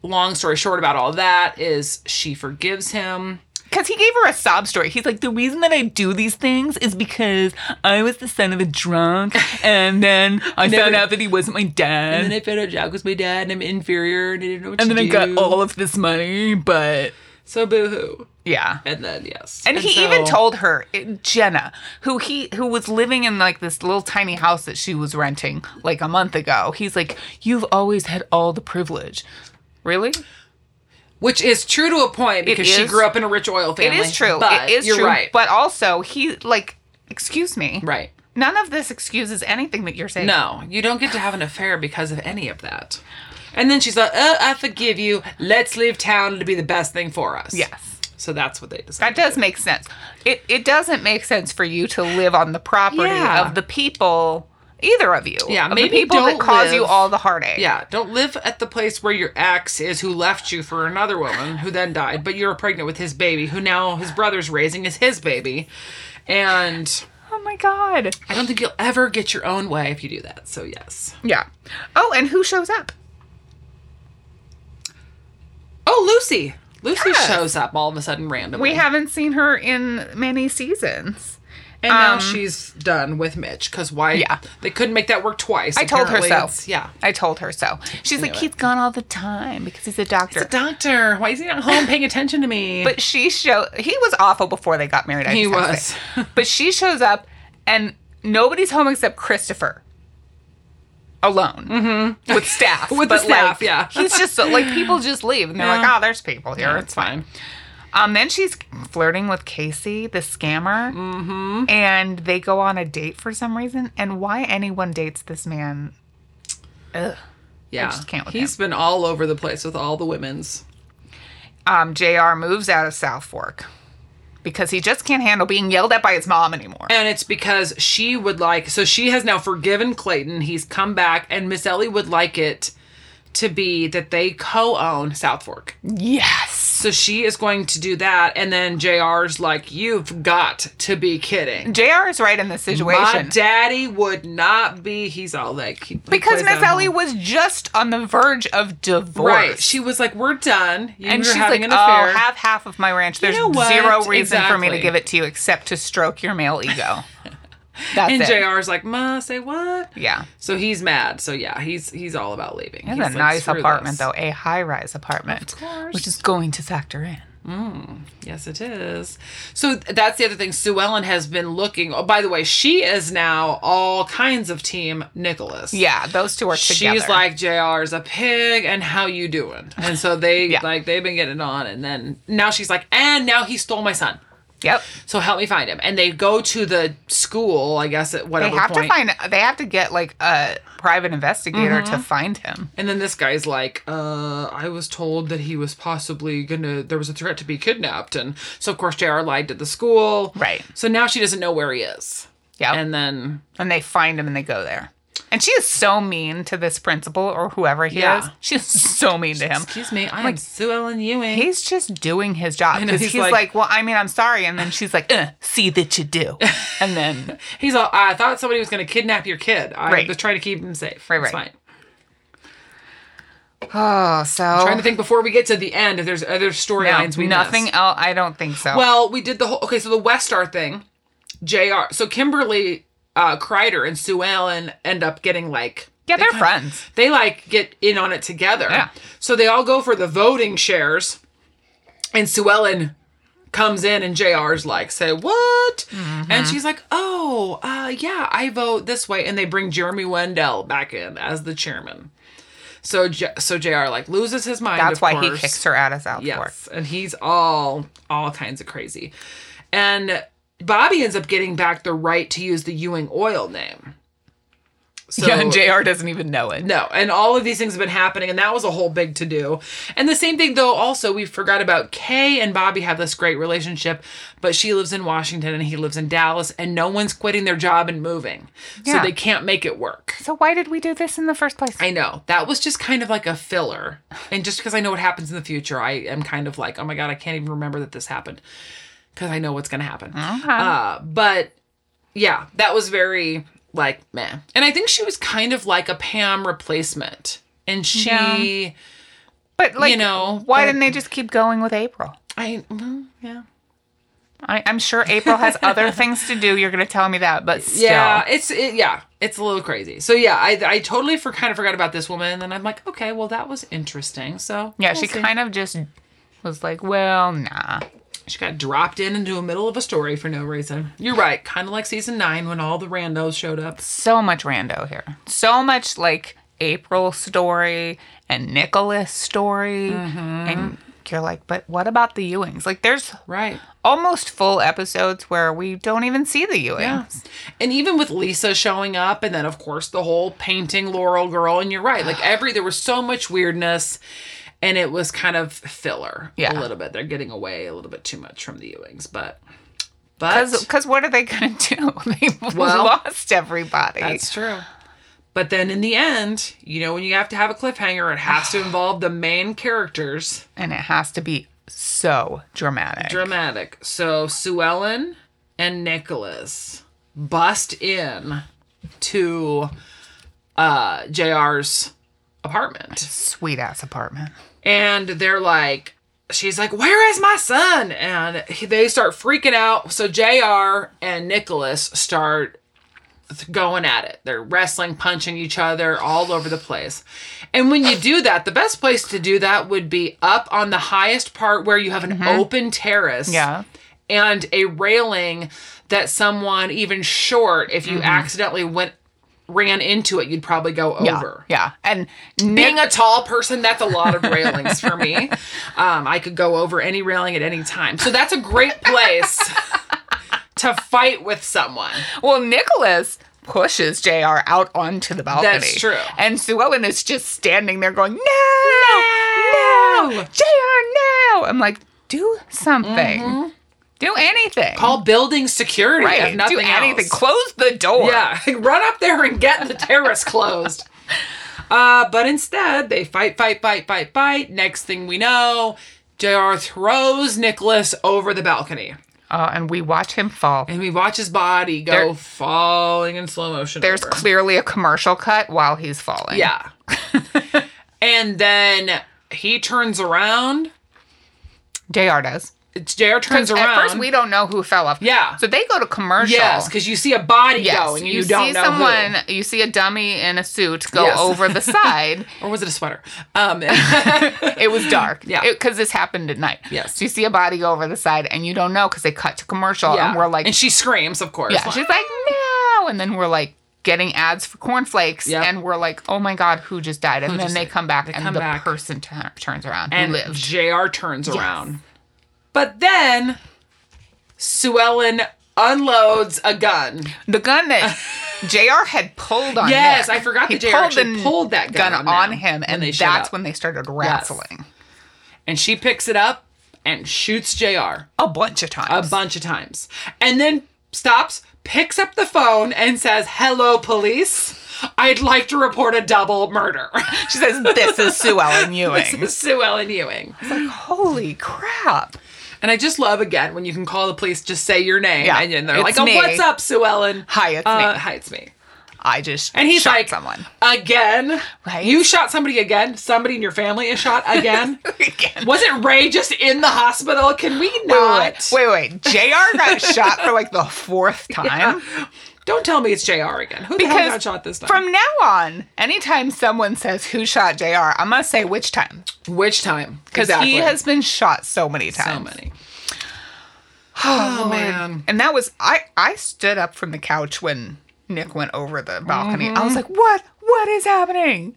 B: long story short about all that is she forgives him
A: Because he gave her a sob story. He's like, the reason that I do these things is because I was the son of a
B: (laughs)
A: drunk, and then I found out that he wasn't my dad,
B: and then I found out Jack was my dad and I'm inferior and I didn't know what
A: and
B: to
A: then I got
B: do.
A: all of this money, but
B: so boo-hoo
A: yeah.
B: and then yes
A: And, he even
B: so-
A: told her it- Jenna, who he who was living in like this little tiny house that she was renting like a month ago. He's like, "You've always had all the privilege." Really?
B: which is true to a point because she
A: is.
B: grew up in a rich oil
A: It
B: family
A: is true.
B: but
A: it is
B: you're
A: true.
B: right
A: But also, he like, excuse me.
B: right
A: None of this excuses anything that you're saying.
B: No, you don't get to have an affair because of any of that. And then she's like, oh, I forgive you. Let's leave town to be the best thing for us.
A: Yes.
B: So that's what they
A: That
B: decide.
A: does make sense. It it doesn't make sense for you to live on the property
B: Yeah.
A: of the people, either of you.
B: Yeah,
A: of the
B: maybe
A: people that
B: don't
A: cause you
B: live-
A: all the heartache.
B: Yeah, don't live at the place where your ex is who left you for another woman who then died, but you're pregnant with his baby who now his brother's raising is his baby. And
A: Oh my god.
B: I don't think you'll ever get your own way if you do that. So, yes.
A: Yeah. Oh, and who shows up?
B: Oh, Lucy. Lucy
A: Yes.
B: shows up all of a sudden randomly.
A: We haven't seen her in many seasons.
B: And now
A: Um,
B: she's done with Mitch because why?
A: Yeah.
B: They couldn't make that work twice.
A: I told her
B: Apparently
A: so.
B: it's- Yeah.
A: I told her so. She's like,
B: it.
A: he's gone all the time because he's a doctor.
B: It's a doctor. Why is he not home paying attention to me?
A: But she show he was awful before they got married. I
B: He
A: just have to say.
B: was.
A: but she shows up and nobody's home except Christopher. Alone mm-hmm. (laughs) with staff,
B: With the
A: but,
B: staff,
A: like,
B: yeah.
A: he's just so- like people just leave and they're like,
B: Yeah.
A: oh, there's people here, it's fine. Um, then she's flirting with Casey, the scammer, mm-hmm. and they go on a date for some reason. And why anyone dates this man? Ugh.
B: yeah,
A: just can't with
B: He's been all over the place with all the women's.
A: Um, Jr. moves out of South Fork because he just can't handle being yelled at by his mom anymore.
B: And it's because she would like, so she has now forgiven Clayton. He's come back, and Miss Ellie would like it to be that they co own South Fork.
A: Yes.
B: So she is going to do that. And then JR's like, You've got to be kidding.
A: JR is right in this
B: My
A: situation.
B: daddy would not be, he's all like, he- he
A: because
B: plays
A: Miss
B: that
A: Ellie
B: whole-
A: was just on the verge of divorce.
B: Right. She was like, We're done. You
A: and
B: were
A: she's
B: having
A: like,
B: an affair.
A: oh, have half of my ranch. There's
B: know what?
A: zero reason for me to
B: Exactly.
A: give it to you except to stroke your male
B: (laughs)
A: ego. That's
B: And
A: it.
B: JR's like, Ma, say what?
A: Yeah.
B: So he's mad. So yeah, he's he's all about leaving.
A: It's
B: He's
A: a
B: like,
A: nice
B: "Screw
A: apartment,
B: this."
A: though. A high rise apartment.
B: Of course.
A: Which is going to factor in.
B: Yes, it is. So th- that's the other thing. Sue Ellen has been looking. Oh, by the way, she is now all kinds of team Nicholas.
A: Yeah, those two are together.
B: She's like JR's a pig and how you doing? And so they
A: (laughs) Yeah.
B: like they've been getting on and then now she's like, and now he stole my son.
A: yep.
B: So help me find him. And they go to the school, I guess at
A: They
B: whatever
A: have
B: point.
A: to find. They have to get like a private investigator to find him.
B: And then this guy's like, uh, I was told that he was possibly gonna, there was a threat to be kidnapped. And so, of course, JR lied to the school.
A: Right.
B: So now she doesn't know where he is.
A: Yeah.
B: And then,
A: and they find him and they go there. And she is so mean to this principal or whoever he
B: Yeah.
A: is. She is so mean to him.
B: excuse me, I am Sue Ellen Ewing.
A: He's just doing his job
B: know,
A: because he's,
B: he's like-
A: like, "Well, I mean, I'm sorry," and then she's like, uh, "See that you do," and then
B: He's all, I thought somebody was gonna kidnap your kid. I
A: Right.
B: was trying to keep him safe.
A: Right,
B: It's
A: right.
B: fine.
A: oh,
B: Trying
A: so
B: to think before we get to the end if there's other storylines we
A: nothing
B: missed.
A: else. I don't think so.
B: Well, we did the whole, okay, so the West Star thing, JR. So Kimberly, uh, Kreider, and Sue Ellen end up getting like,
A: yeah, they're friends.
B: they like get in on it together.
A: Yeah.
B: So they all go for the voting shares, and Sue Ellen comes in and JR's like, say what?
A: Mm-hmm.
B: And she's like, oh, uh, yeah, I vote this way, and they bring Jeremy Wendell back in as the chairman. So J- so JR like loses his mind.
A: That's
B: of
A: why he
B: course.
A: kicks her out of Southport.
B: Yes, and he's all all kinds of crazy, and Bobby ends up getting back the right to use the Ewing Oil name. So
A: yeah, and Jr. doesn't even know it.
B: no, and all of these things have been happening, and that was a whole big to do. And the same thing, though, also, we forgot about Kay and Bobby have this great relationship, but she lives in Washington and he lives in Dallas, and no one's quitting their job and moving.
A: Yeah.
B: So they can't make it work.
A: So why did we do this in the first place?
B: I know. That was just kind of like a filler. And just because I know what happens in the future, I am kind of like, oh my God, I can't even remember that this happened because I know what's going to happen. Uh, but yeah, that was very like meh. And I think she was kind of like a Pam replacement. And she,
A: Yeah. But like,
B: you know,
A: why
B: but-
A: didn't they just keep going with April?
B: I, well, yeah.
A: I, I'm sure April (laughs) has other things to do. You're going to tell me that, but still.
B: Yeah, it's it, yeah, it's a little crazy. So yeah, I I totally for kind of forgot about this woman, and then I'm like, okay, well that was interesting. So
A: Yeah,
B: we'll
A: she
B: see.
A: kind of just was like, well, nah.
B: she got dropped in into the middle of a story for no reason. You're right, kind of like season nine when all the randos showed up.
A: So much rando here. So much like April story and Nicholas story. And you're like, but what about the Ewings? Like, there's
B: Right.
A: almost full episodes where we don't even see the Ewings.
B: Yeah. And even with Lisa showing up, and then of course the whole painting Laurel girl, and you're right, like every there was so much weirdness, and it was kind of filler
A: Yeah.
B: a little bit. They're getting away a little bit too much from the Ewings, but but
A: Because what are they going to (laughs) do? They've
B: Well,
A: lost everybody.
B: That's true. But then in the end, you know, when you have to have a cliffhanger, it has to involve the main characters.
A: and it has to be so dramatic.
B: Dramatic. So Sue Ellen and Nicholas bust in to uh JR's apartment.
A: Sweet ass apartment.
B: And they're like, she's like, Where is my son? And he- they start freaking out. So JR and Nicholas start th- going at it. They're wrestling, punching each other all over the place. And when you do that, the best place to do that would be up on the highest part where you have an open terrace
A: Yeah.
B: and a railing that someone even short, if you accidentally went ran into it, you'd probably go
A: Yeah.
B: over.
A: Uh, Yeah. And Nick,
B: Being a tall person, that's a lot of railings for (laughs) me. Um, I could go over any railing at any time. So that's a great (laughs) place to fight with someone.
A: well, Nicholas pushes JR out onto the balcony.
B: That's true.
A: And Sue Ellen is just standing there going, No, no,
B: No!"
A: JR, no. I'm like, do something. Do anything.
B: Mm-hmm. Call building security.
A: right.
B: If nothing
A: do anything.
B: else.
A: Close the door.
B: Yeah, (laughs) run up there and get the
A: (laughs)
B: terrace closed. Uh, but instead, they fight, fight, fight, fight, fight. Next thing we know, JR throws Nicholas over the balcony.
A: Uh, and we watch him fall.
B: And we watch his body go
A: There-
B: falling in slow motion.
A: There's
B: over.
A: clearly a commercial cut while he's falling. (laughs)
B: Yeah. and then he turns around.
A: JR does.
B: It's JR turns around.
A: At first, we don't know who fell off.
B: Yeah.
A: So they go to commercial.
B: yes, because you see a body
A: Yes,
B: going. And
A: you,
B: you, don't
A: see
B: know who.
A: someone, you see a dummy in a suit go
B: Yes.
A: over
B: (laughs)
A: the side.
B: Or was it a sweater? Um, (laughs)
A: It was dark.
B: Yeah.
A: Because this happened at night.
B: Yes.
A: So you see a body go over the side and you don't know because they cut to commercial
B: yeah.
A: and we're like,
B: and she screams, of course.
A: yeah. She's like, no. And then we're like getting ads for cornflakes
B: Yep.
A: and we're like, oh my God, who just died? And then
B: just
A: they
B: died?
A: come back and
B: come
A: the
B: back.
A: person tu- turns around
B: and
A: who lived.
B: JR turns around. But then Sue Ellen unloads a gun.
A: The gun
B: (laughs)
A: that JR had pulled on
B: Yes,
A: Nick.
B: I forgot
A: He
B: that JR actually
A: n-
B: pulled that gun on them
A: him,
B: when
A: and
B: they showed
A: that's
B: up.
A: when they started wrestling
B: And she picks it up and shoots JR
A: a bunch of
B: a
A: times.
B: bunch of times. And then stops, picks up the phone, and says, Hello, police. I'd like to report a double murder. (laughs)
A: she says, "This is Sue Ellen Ewing."
B: Sue Ellen Ewing.
A: Holy crap!
B: And I just love again when you can call the police, just say your name,
A: Yeah,
B: and then they're
A: it's
B: like, "Oh,
A: me.
B: what's up, Sue Ellen?
A: Hi, it's
B: Uh,
A: me.
B: hi, it's me."
A: I just
B: And he's
A: shot
B: like,
A: someone
B: again?
A: Right?
B: You shot somebody again? Somebody in your family is shot again?
A: (laughs) again.
B: Wasn't Ray just in the hospital? Can we not?
A: Wait, wait, wait.
B: (laughs)
A: JR got shot for like the fourth time.
B: Don't tell me it's JR again. Who the hell got shot this time?
A: from now on, anytime someone says who shot JR, I'm gonna say which time.
B: Which time?
A: Because he has been shot so many times.
B: so many. Oh, man.
A: And that was I I stood up from the couch when Nick went over the balcony. I was like, "What? What is happening?"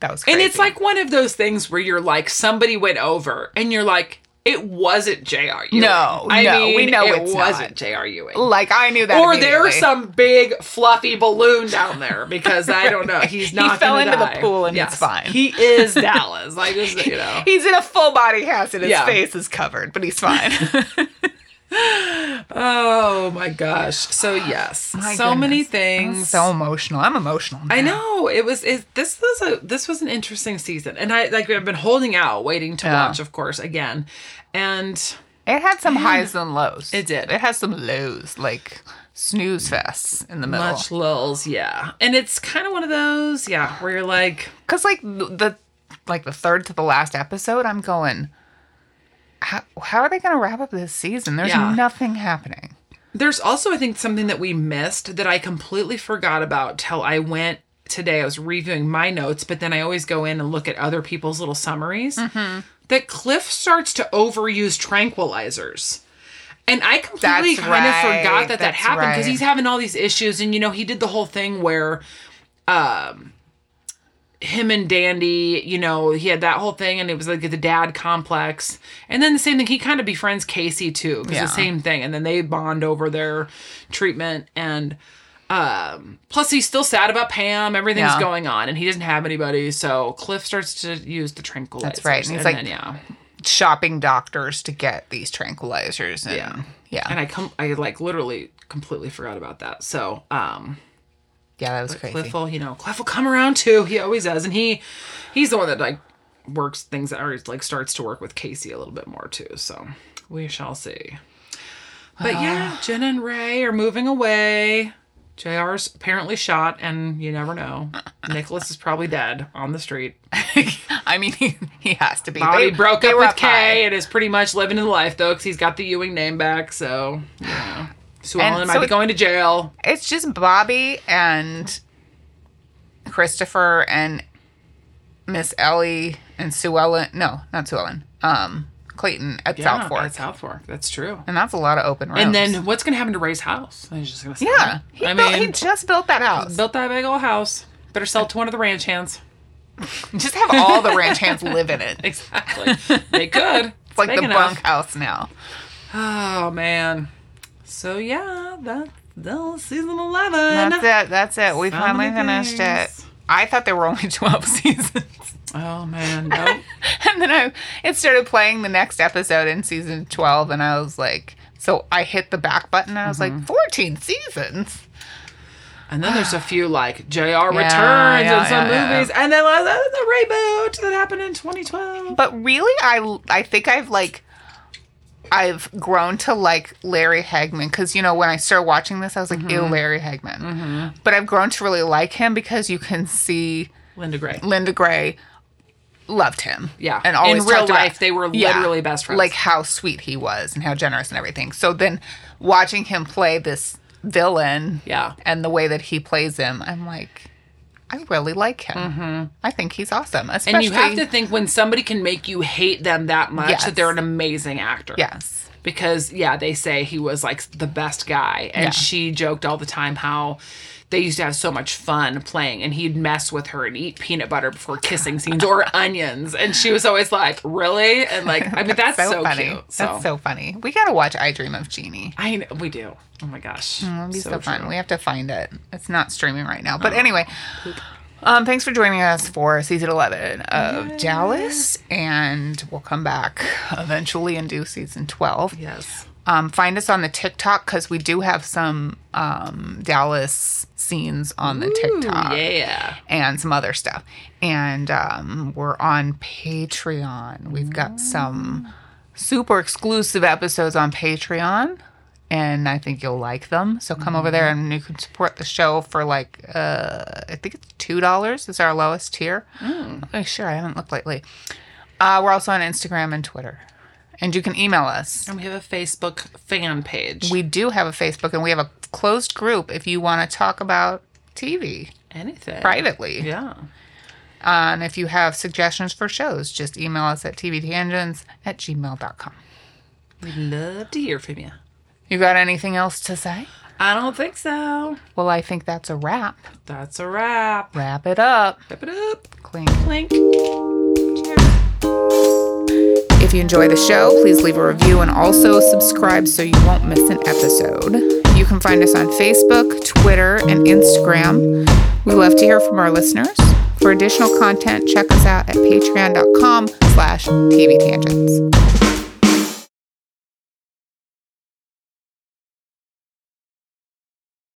A: That was crazy.
B: Mm-hmm. And it's like one of those things where you're like, somebody went over, and you're like, it wasn't J.R. Ewing.
A: No,
B: I
A: no,
B: mean,
A: we know
B: it
A: it's
B: wasn't
A: not.
B: J.R. Ewing.
A: like I knew that
B: or there's
A: immediately.
B: some big fluffy balloon down there because I don't know.
A: (laughs)
B: He's
A: He
B: not.
A: fell
B: gonna
A: into the
B: die.
A: pool and
B: yes.
A: it's fine.
B: He is Dallas. I just
A: (laughs)
B: you know.
A: He's in a full body cast and his
B: Yeah.
A: face is covered, but he's
B: (laughs)
A: fine.
B: Oh my gosh.
A: (sighs)
B: So yes,
A: My
B: so many
A: goodness.
B: things.
A: so emotional. I'm emotional.
B: I
A: now.
B: know it was. It, this was a this was an interesting season, and I like I've been holding out, waiting to
A: Yeah.
B: watch, of course, again, and
A: It had some highs and lows.
B: It did.
A: It has some lows, like snooze fests in the middle.
B: Much lulls, yeah. And it's kind of one of those, yeah, where you're like,
A: Cause like th- the like the third to the last episode, I'm going. How, how are they going to wrap up this season? There's
B: Yeah.
A: nothing happening.
B: There's also, I think, something that we missed that I completely forgot about till I went today. I was reviewing my notes, but then I always go in and look at other people's little summaries. That Cliff starts to overuse tranquilizers. And I completely
A: That's
B: kind of
A: right,
B: forgot that that
A: that's
B: happened because
A: right.
B: he's having all these issues. And, you know, he did the whole thing where um, him and Dandy, you know, he had that whole thing and it was like the dad complex. And then the same thing, he kind of befriends Casey too. It's
A: Yeah.
B: the same thing. And then they bond over their treatment. And um, plus, he's still sad about Pam. Everything's
A: Yeah.
B: going on and he doesn't have anybody. So Cliff starts to use the tranquilizers.
A: That's right, and he's like-
B: then, yeah.
A: Shopping doctors to get these tranquilizers. And,
B: Yeah.
A: yeah. Yeah.
B: And I come, I like literally completely forgot about that. So, um,
A: yeah, that was crazy.
B: Cliff will, you know, Cliff will come around too. He always does, and he he's the one that like works things or like starts to work with Casey a little bit more too. So we shall see. But yeah,
A: Ah.
B: Jen and Ray are moving away. JR's apparently shot, and you never know. Nicholas is probably dead on the street.
A: (laughs) I mean, he, he has to be.
B: Bobby
A: They-
B: broke
A: they
B: up
A: were
B: with Kay
A: high.
B: and is pretty much living his life though, because he's got the Ewing name back. So you know, Sue
A: And
B: Ellen
A: so
B: might be
A: it-
B: going to jail.
A: It's just Bobby and Christopher and Miss Ellie and Sue Ellen. No, not Sue Ellen. Um, Clayton at South Fork.
B: That's South Fork. That's true.
A: and that's a lot of open rooms.
B: And then what's gonna happen to Ray's house? I was just gonna say.
A: yeah, he,
B: I
A: built,
B: mean,
A: he just built that house.
B: built that big old house. Better sell it to one of the ranch hands. (laughs)
A: just have all the ranch hands live in it. It's
B: Exactly. they
A: (laughs)
B: could. It's
A: like
B: big
A: the
B: enough.
A: bunkhouse now.
B: Oh man. So yeah, that that's season eleven.
A: That's it. That's it. We
B: So
A: finally
B: many
A: finished
B: things.
A: it. I thought there were only (laughs) twelve seasons. (laughs)
B: Oh man. Nope.
A: and then I it started playing the next episode in season twelve, and I was like, so I hit the back button, and I was like, fourteen seasons.
B: and then there's a
A: (sighs)
B: few like Jr.
A: yeah,
B: returns in some
A: yeah, yeah.
B: movies, and then uh, the reboot that happened in 2012.
A: But really, I I think I've like. I've grown to like Larry Hagman because you know when I started watching this, I was like, "Ew,
B: Mm-hmm.
A: Larry Hagman." But I've grown to really like him because you can see
B: Linda Gray.
A: Linda Gray loved him.
B: Yeah.
A: And always
B: In real
A: talked about-
B: life, they were literally best friends.
A: Like how sweet he was and how generous and everything. So then watching him play this villain
B: Yeah.
A: and the way that he plays him, I'm like, I really like him. I think he's awesome. Especially,
B: Mm-hmm. And you have to think when somebody can make you hate them that much
A: Yes.
B: that they're an amazing actor.
A: Yes.
B: because yeah, they say he was like the best guy, and
A: Yeah.
B: she joked all the time how they used to have so much fun playing, and he'd mess with her and eat peanut butter before kissing
A: (laughs)
B: scenes or onions, and she was always like, "Really?" And like, I mean,
A: (laughs)
B: that's, so,
A: funny.
B: cute. So.
A: That's so funny. We got to watch I Dream of Jeannie.
B: I know, we do. Oh my gosh,
A: Mm, It'd be so,
B: true. Oh.
A: fun. We have to find it. It's not streaming right now. But anyway, um, thanks for joining us for season 11 of Dallas. And we'll come back eventually and do season 12.
B: Yes.
A: Um, find us on the TikTok because we do have some um, Dallas scenes on the TikTok
B: Yeah.
A: and some other stuff. And um, we're on Patreon. We've got some super exclusive episodes on Patreon, and I think you'll like them. So come over there and you can support the show for like, uh, I think it's $2 is our lowest tier. Oh, sure, I haven't looked lately. Uh, we're also on Instagram and Twitter. And you can email us.
B: And we have a Facebook fan page.
A: We do have a Facebook and we have a closed group if you want to talk about TV
B: Anything.
A: privately.
B: Yeah.
A: Uh, and if you have suggestions for shows, just email us at tvtangents at gmail.com.
B: We'd love to hear from you.
A: You got anything else to say?
B: I don't think so.
A: Well, I think that's a wrap.
B: That's a wrap.
A: Wrap it up.
B: Wrap it up.
A: Clink.
B: Clink.
A: If you enjoy the show, please leave a review and also subscribe so you won't miss an episode. You can find us on Facebook, Twitter, and Instagram. We love to hear from our listeners. For additional content, check us out at patreon.com slash tvtangents.